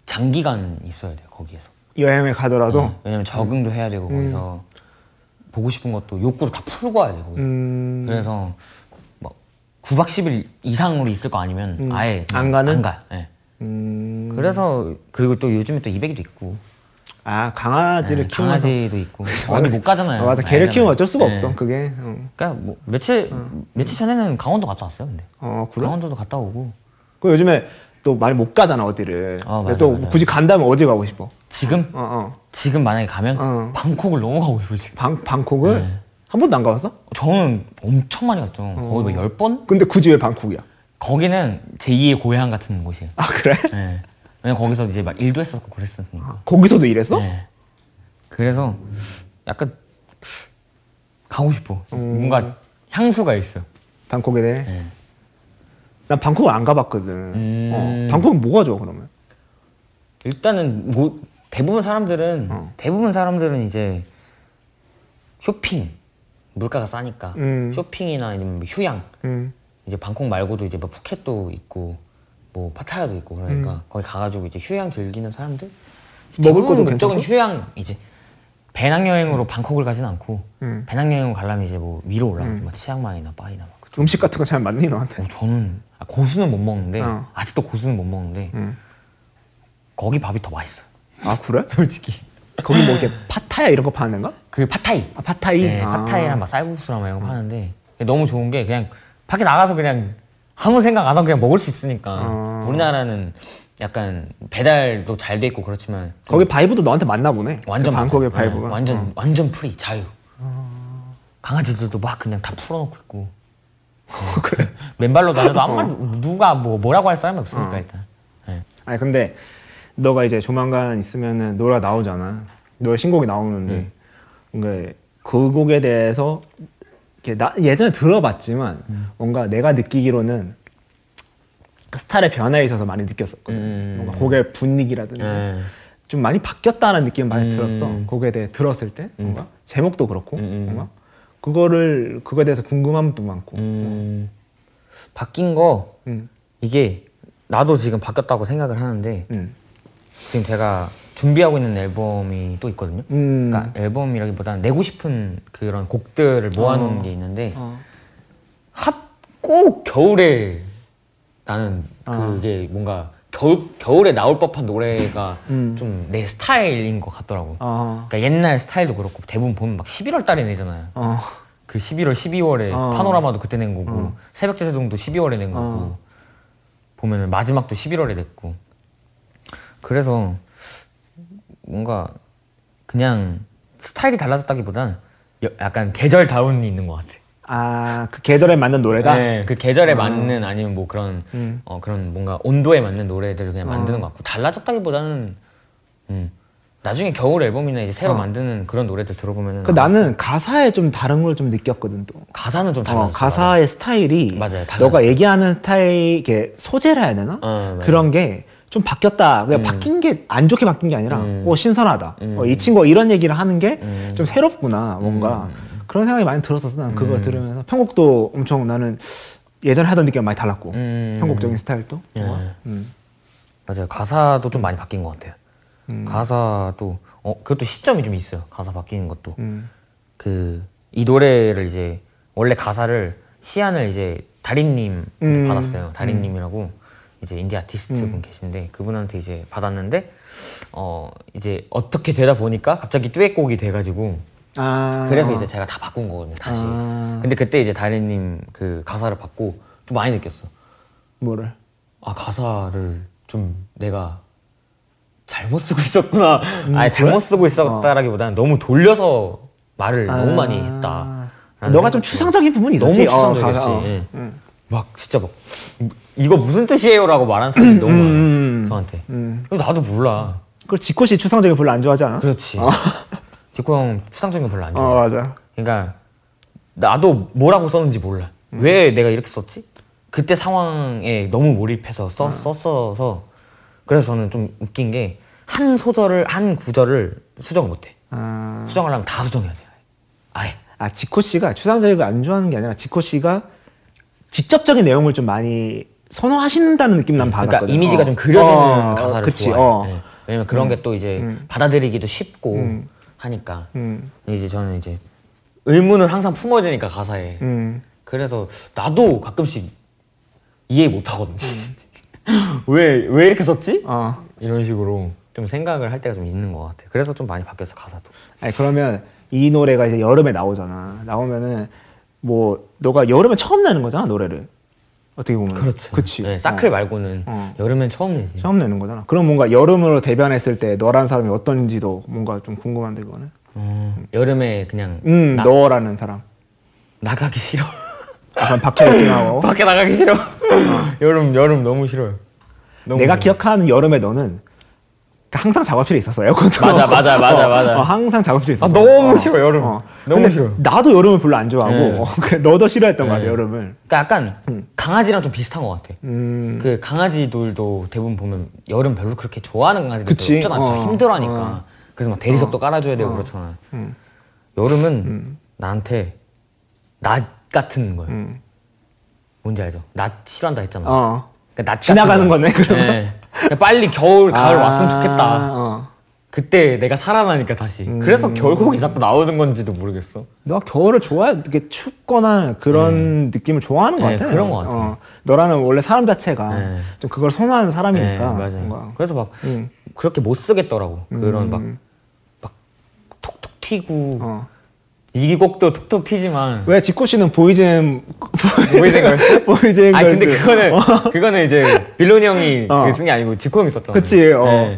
[SPEAKER 3] 장기간 있어야 돼 거기에서.
[SPEAKER 4] 여행을 가더라도. 음.
[SPEAKER 3] 어, 왜냐면 적응도 해야 되고 거기서 보고 싶은 것도 욕구를 다 풀고 와야 돼 거기서.
[SPEAKER 4] 음.
[SPEAKER 3] 그래서 막 9박 10일 이상으로 있을 거 아니면
[SPEAKER 4] 음.
[SPEAKER 3] 아예
[SPEAKER 4] 안 가는?
[SPEAKER 3] 안 가. 예.
[SPEAKER 4] 음.
[SPEAKER 3] 그래서 그리고 또 요즘에 또 200이도 있고
[SPEAKER 4] 아 강아지를
[SPEAKER 3] 예,
[SPEAKER 4] 키우면서.
[SPEAKER 3] 강아지도 있고 어디 못 가잖아요.
[SPEAKER 4] 아, 맞아. 개를
[SPEAKER 3] 알잖아요.
[SPEAKER 4] 키우면 어쩔 수가
[SPEAKER 3] 예.
[SPEAKER 4] 없어. 그게. 어.
[SPEAKER 3] 그러니까 뭐 며칠 며칠 전에는 강원도 갔다 왔어요. 근데
[SPEAKER 4] 어 그래.
[SPEAKER 3] 강원도도 갔다 오고
[SPEAKER 4] 그 요즘에 또 많이 못 가잖아 어디를.
[SPEAKER 3] 어,
[SPEAKER 4] 근데
[SPEAKER 3] 맞아,
[SPEAKER 4] 또
[SPEAKER 3] 맞아.
[SPEAKER 4] 굳이 간다면 어디 가고 싶어?
[SPEAKER 3] 지금
[SPEAKER 4] 어 어.
[SPEAKER 3] 지금 만약에 가면
[SPEAKER 4] 어.
[SPEAKER 3] 방콕을 너무 가고 싶어 지금.
[SPEAKER 4] 방 방콕을
[SPEAKER 3] 네.
[SPEAKER 4] 한 번도 안 가봤어?
[SPEAKER 3] 저는 엄청 많이 갔죠.
[SPEAKER 4] 어.
[SPEAKER 3] 거의 뭐 10번?
[SPEAKER 4] 근데 굳이 왜 방콕이야?
[SPEAKER 3] 거기는 제2의 고향 같은 곳이에요.
[SPEAKER 4] 아 그래? 아,
[SPEAKER 3] 예. 왜냐면 거기서 이제 막 일도 했었고 그랬었으니까.
[SPEAKER 4] 거기서도 일했어?
[SPEAKER 3] 네. 그래서 약간 가고 싶어.
[SPEAKER 4] 음.
[SPEAKER 3] 뭔가 향수가 있어.
[SPEAKER 4] 방콕에 대해.
[SPEAKER 3] 네.
[SPEAKER 4] 난 방콕을 안 가봤거든.
[SPEAKER 3] 음.
[SPEAKER 4] 어. 방콕은 뭐가 좋아 그러면?
[SPEAKER 3] 일단은 뭐 대부분 사람들은
[SPEAKER 4] 어.
[SPEAKER 3] 대부분 사람들은 이제 쇼핑 물가가 싸니까
[SPEAKER 4] 음.
[SPEAKER 3] 쇼핑이나 아니면 뭐 휴양
[SPEAKER 4] 음.
[SPEAKER 3] 이제 방콕 말고도 이제 뭐 푸켓도 있고 뭐 파타야도 있고 그러니까 거기 가가지고 이제 휴양 즐기는 사람들
[SPEAKER 4] 음. 먹을 것도
[SPEAKER 3] 대부분 목적은
[SPEAKER 4] 괜찮고?
[SPEAKER 3] 휴양 이제 배낭여행으로 방콕을 가진 않고
[SPEAKER 4] 음.
[SPEAKER 3] 배낭여행 가려면 이제 뭐 위로 올라가서 막 치앙마이나 빠이나 막 그쪽.
[SPEAKER 4] 음식 같은 거 잘 맞니 너한테?
[SPEAKER 3] 어, 저는 아, 고수는 못 먹는데
[SPEAKER 4] 어.
[SPEAKER 3] 아직도 고수는 못 먹는데
[SPEAKER 4] 음.
[SPEAKER 3] 거기 밥이 더 맛있어.
[SPEAKER 4] 아 그래?
[SPEAKER 3] 솔직히
[SPEAKER 4] 거기 뭐 이렇게 파타야 이런 거 파는 건가?
[SPEAKER 3] 그 팟타이.
[SPEAKER 4] 아 파타이.
[SPEAKER 3] 네,
[SPEAKER 4] 아.
[SPEAKER 3] 팟타이랑 막 쌀국수랑 막 이런 거 파는데 너무 좋은 게 그냥 밖에 나가서 그냥 아무 생각 안 하고 그냥 먹을 수 있으니까
[SPEAKER 4] 어.
[SPEAKER 3] 우리나라는 약간 배달도 잘 돼 있고 그렇지만 좀
[SPEAKER 4] 거기 바이브도 너한테 맞나 보네.
[SPEAKER 3] 완전
[SPEAKER 4] 그 방콕의
[SPEAKER 3] 맞아. 네,
[SPEAKER 4] 바이브가.
[SPEAKER 3] 완전
[SPEAKER 4] 어. 아.
[SPEAKER 3] 완전 프리 자유 강아지들도 막 그냥 다 풀어놓고 있고
[SPEAKER 4] 그래. 어.
[SPEAKER 3] 맨발로 다녀도 아무 말 누가 뭐 뭐라고 할 사람이 없으니까 일단 네.
[SPEAKER 4] 아니 근데 너가 이제 조만간 있으면은 노래가 나오잖아. 노래 신곡이
[SPEAKER 3] 네.
[SPEAKER 4] 나오는데 뭔가 그 곡에 대해서 이렇게 나, 예전에 들어봤지만
[SPEAKER 3] 음.
[SPEAKER 4] 뭔가 내가 느끼기로는 스타일의 변화에 있어서 많이 느꼈었거든.
[SPEAKER 3] 음.
[SPEAKER 4] 뭔가 곡의 분위기라든지
[SPEAKER 3] 네.
[SPEAKER 4] 좀 많이 바뀌었다는 느낌 많이
[SPEAKER 3] 음.
[SPEAKER 4] 들었어. 곡에 대해 들었을 때 뭔가 제목도 그렇고
[SPEAKER 3] 음, 음.
[SPEAKER 4] 뭔가 그거를 그거에 대해서 궁금함도 많고.
[SPEAKER 3] 음, 바뀐 거
[SPEAKER 4] 음.
[SPEAKER 3] 이게 나도 지금 바뀌었다고 생각을 하는데
[SPEAKER 4] 음.
[SPEAKER 3] 지금 제가 준비하고 있는 앨범이 또 있거든요.
[SPEAKER 4] 음.
[SPEAKER 3] 그러니까 앨범이라기보다는 내고 싶은 그런 곡들을 모아놓은
[SPEAKER 4] 어.
[SPEAKER 3] 게 있는데
[SPEAKER 4] 어.
[SPEAKER 3] 합꼭 겨울에 나는
[SPEAKER 4] 아.
[SPEAKER 3] 그게 뭔가 겨울 겨울에 나올 법한 노래가
[SPEAKER 4] 음.
[SPEAKER 3] 좀 내 스타일인 것 같더라고.
[SPEAKER 4] 어.
[SPEAKER 3] 그러니까 옛날 스타일도 그렇고 대부분 보면 막 11월 달에 내잖아요.
[SPEAKER 4] 어.
[SPEAKER 3] 그 11월, 12월에
[SPEAKER 4] 어.
[SPEAKER 3] 파노라마도 그때 낸 거고
[SPEAKER 4] 어.
[SPEAKER 3] 새벽 제사동도 12월에 낸 거고
[SPEAKER 4] 어.
[SPEAKER 3] 보면은 마지막도 11월에 냈고 그래서 뭔가 그냥 스타일이 달라졌다기보단 여- 약간 계절 다운이 있는 것 같아.
[SPEAKER 4] 아, 그 계절에 맞는 노래가
[SPEAKER 3] 네, 그 계절에
[SPEAKER 4] 어.
[SPEAKER 3] 맞는 아니면 뭐 그런
[SPEAKER 4] 음.
[SPEAKER 3] 어, 그런 뭔가 온도에 맞는 노래들을 그냥
[SPEAKER 4] 어.
[SPEAKER 3] 만드는 것 같고 달라졌다기보다는 음, 나중에 겨울 앨범이나 이제 새로 만드는 그런 노래들 들어보면은
[SPEAKER 4] 어. 그 나는 가사에 좀 다른 걸 좀 느꼈거든 또.
[SPEAKER 3] 가사는 좀
[SPEAKER 4] 어,
[SPEAKER 3] 달라졌어.
[SPEAKER 4] 가사의 스타일이
[SPEAKER 3] 맞아요, 달라졌어.
[SPEAKER 4] 너가 얘기하는 스타일 이게 소재라 해야 되나?
[SPEAKER 3] 어, 맞아요.
[SPEAKER 4] 그런 게 좀 바뀌었다. 그냥 바뀐 게 안 좋게 바뀐 게 아니라
[SPEAKER 3] 음.
[SPEAKER 4] 어 신선하다.
[SPEAKER 3] 음.
[SPEAKER 4] 어, 이 친구가 이런 얘기를 하는 게 좀
[SPEAKER 3] 음.
[SPEAKER 4] 새롭구나 뭔가 그런 생각이 많이 들었었어. 난 그거 들으면서 편곡도 엄청 나는 예전에 하던 느낌 많이 달랐고
[SPEAKER 3] 음.
[SPEAKER 4] 편곡적인 스타일도.
[SPEAKER 3] 예.
[SPEAKER 4] 뭔가. 음.
[SPEAKER 3] 맞아요. 가사도 좀 많이 바뀐 것 같아요.
[SPEAKER 4] 음.
[SPEAKER 3] 가사도 어 그것도 시점이 좀 있어요. 가사 바뀌는 것도
[SPEAKER 4] 음.
[SPEAKER 3] 그 이 노래를 이제 원래 가사를 시안을 이제 달인님
[SPEAKER 4] 음.
[SPEAKER 3] 받았어요. 달인님이라고 이제 인디 아티스트 분 계신데 그분한테 이제 받았는데 어 이제 어떻게 되다 보니까 갑자기 듀엣곡이 돼가지고
[SPEAKER 4] 아.
[SPEAKER 3] 그래서 이제 제가 다 바꾼 거거든요 다시
[SPEAKER 4] 아.
[SPEAKER 3] 근데 그때 이제 다리님 그 가사를 받고 좀 많이 느꼈어
[SPEAKER 4] 뭐를?
[SPEAKER 3] 아 가사를 좀 내가 잘못 쓰고 있었구나
[SPEAKER 4] 음,
[SPEAKER 3] 아니 잘못 쓰고 있었다라기보다는 너무 돌려서 말을 너무
[SPEAKER 4] 아.
[SPEAKER 3] 많이 했다
[SPEAKER 4] 너가 좀 추상적인 부분이
[SPEAKER 3] 너무
[SPEAKER 4] 있었지. 어,
[SPEAKER 3] 추상적이었지.
[SPEAKER 4] 가사,
[SPEAKER 3] 예.
[SPEAKER 4] 음.
[SPEAKER 3] 막 진짜 막 이거 무슨 뜻이에요라고 말하는 사람이 너무 많아
[SPEAKER 4] 음.
[SPEAKER 3] 저한테
[SPEAKER 4] 음.
[SPEAKER 3] 그래서 나도 몰라
[SPEAKER 4] 그걸 지코 씨 추상적인 거 별로 안 좋아하지 않아?
[SPEAKER 3] 그렇지 직구 형 추상적인 거 별로 안 좋아
[SPEAKER 4] 어 맞아.
[SPEAKER 3] 그러니까 나도 뭐라고 썼는지 몰라.
[SPEAKER 4] 음.
[SPEAKER 3] 왜 내가 이렇게 썼지? 그때 상황에 너무 몰입해서
[SPEAKER 4] 음.
[SPEAKER 3] 써, 썼어서 그래서 저는 좀 웃긴 게 한 소절을 한 구절을 수정을 못해.
[SPEAKER 4] 아,
[SPEAKER 3] 수정하려면 다 수정해야 돼. 아예.
[SPEAKER 4] 아 지코 씨가 추상적인 걸 안 좋아하는 게 아니라 지코 씨가 직접적인 내용을 좀 많이 선호하신다는 느낌 난
[SPEAKER 3] 그러니까
[SPEAKER 4] 받았거든.
[SPEAKER 3] 이미지가
[SPEAKER 4] 어.
[SPEAKER 3] 좀 그려지는
[SPEAKER 4] 어,
[SPEAKER 3] 가사를
[SPEAKER 4] 그치,
[SPEAKER 3] 좋아해.
[SPEAKER 4] 어.
[SPEAKER 3] 네. 왜냐면 그런 게 또 이제 받아들이기도 쉽고
[SPEAKER 4] 음.
[SPEAKER 3] 하니까.
[SPEAKER 4] 음.
[SPEAKER 3] 근데 이제 저는 이제 의문을 항상 품어야 되니까 가사에.
[SPEAKER 4] 음.
[SPEAKER 3] 그래서 나도 가끔씩 이해 못 하거든.
[SPEAKER 4] 음.
[SPEAKER 3] 왜, 왜 이렇게 썼지?
[SPEAKER 4] 어.
[SPEAKER 3] 이런 식으로 좀 생각을 할 때가 좀 있는 것 같아. 그래서 좀 많이 바뀌었어 가사도.
[SPEAKER 4] 아니 그러면 이 노래가 이제 여름에 나오잖아. 나오면은 뭐 너가 여름에 처음 내는 거잖아 노래를. 어떻게 보면. 그치.
[SPEAKER 3] 네, 사클
[SPEAKER 4] 어.
[SPEAKER 3] 말고는
[SPEAKER 4] 어.
[SPEAKER 3] 여름엔 처음 내지.
[SPEAKER 4] 처음 내는 거잖아. 그럼 뭔가 여름으로 대변했을 때 너라는 사람이 어떤지도 뭔가 좀 궁금한데 그거는.
[SPEAKER 3] 어, 여름에 그냥
[SPEAKER 4] 음
[SPEAKER 3] 나,
[SPEAKER 4] 너라는 사람.
[SPEAKER 3] 나가기 싫어.
[SPEAKER 4] 약간 박혀있긴 하고.
[SPEAKER 3] 밖에 나가기 싫어. 여름 여름 너무 싫어요. 너무
[SPEAKER 4] 내가
[SPEAKER 3] 싫어요.
[SPEAKER 4] 기억하는 여름에 너는 항상 작업실에 있었어 에어컨도
[SPEAKER 3] 맞아,
[SPEAKER 4] 없고.
[SPEAKER 3] 맞아, 맞아,
[SPEAKER 4] 어,
[SPEAKER 3] 맞아.
[SPEAKER 4] 어, 항상 작업실에 있었어
[SPEAKER 3] 너무 싫어, 여름. 너무
[SPEAKER 4] 근데
[SPEAKER 3] 싫어.
[SPEAKER 4] 나도 여름을 별로 안 좋아하고
[SPEAKER 3] 네.
[SPEAKER 4] 어, 그래, 너도 싫어했던 거 같아
[SPEAKER 3] 네.
[SPEAKER 4] 여름을
[SPEAKER 3] 그러니까 약간 강아지랑 좀 비슷한 것 같아.
[SPEAKER 4] 음,
[SPEAKER 3] 그 강아지들도 대부분 보면 여름 별로 그렇게 좋아하는 강아지들
[SPEAKER 4] 그치.
[SPEAKER 3] 없잖아. 어.
[SPEAKER 4] 어.
[SPEAKER 3] 힘들어하니까. 그래서 막 대리석도 깔아줘야 되고 그렇잖아.
[SPEAKER 4] 음.
[SPEAKER 3] 여름은 나한테 낮 같은 거예요.
[SPEAKER 4] 음.
[SPEAKER 3] 뭔지 알죠? 낮 싫어한다 했잖아.
[SPEAKER 4] 어.
[SPEAKER 3] 그러니까 낮
[SPEAKER 4] 지나가는
[SPEAKER 3] 같은 거야.
[SPEAKER 4] 거네, 그러면.
[SPEAKER 3] 네. 그러니까 빨리 겨울 가을
[SPEAKER 4] 아,
[SPEAKER 3] 왔으면 좋겠다.
[SPEAKER 4] 어.
[SPEAKER 3] 그때 내가 살아나니까 다시.
[SPEAKER 4] 음.
[SPEAKER 3] 그래서 결국 이 자꾸 나오는 건지도 모르겠어.
[SPEAKER 4] 너가 겨울을 좋아해 이렇게 춥거나 그런 느낌을 좋아하는 것
[SPEAKER 3] 네,
[SPEAKER 4] 같아
[SPEAKER 3] 그런 것 같아.
[SPEAKER 4] 어. 너라는 원래 사람 자체가
[SPEAKER 3] 네.
[SPEAKER 4] 좀 그러니까. 그걸 선호하는
[SPEAKER 3] 네,
[SPEAKER 4] 사람이니까
[SPEAKER 3] 맞아요.
[SPEAKER 4] 뭔가.
[SPEAKER 3] 그래서 막
[SPEAKER 4] 음.
[SPEAKER 3] 그렇게 못 쓰겠더라고. 그런 막
[SPEAKER 4] 음.
[SPEAKER 3] 톡톡 튀고
[SPEAKER 4] 어.
[SPEAKER 3] 이 곡도 톡톡 튀지만
[SPEAKER 4] 왜 지코 씨는 보이젠
[SPEAKER 3] 보이젠 걸스?
[SPEAKER 4] 보이젠
[SPEAKER 3] 아 근데
[SPEAKER 4] 걸스.
[SPEAKER 3] 그거는 그거는 이제 빌로니 형이
[SPEAKER 4] 어.
[SPEAKER 3] 그 쓴 게 아니고 지코 형이 썼잖아.
[SPEAKER 4] 그치, 어.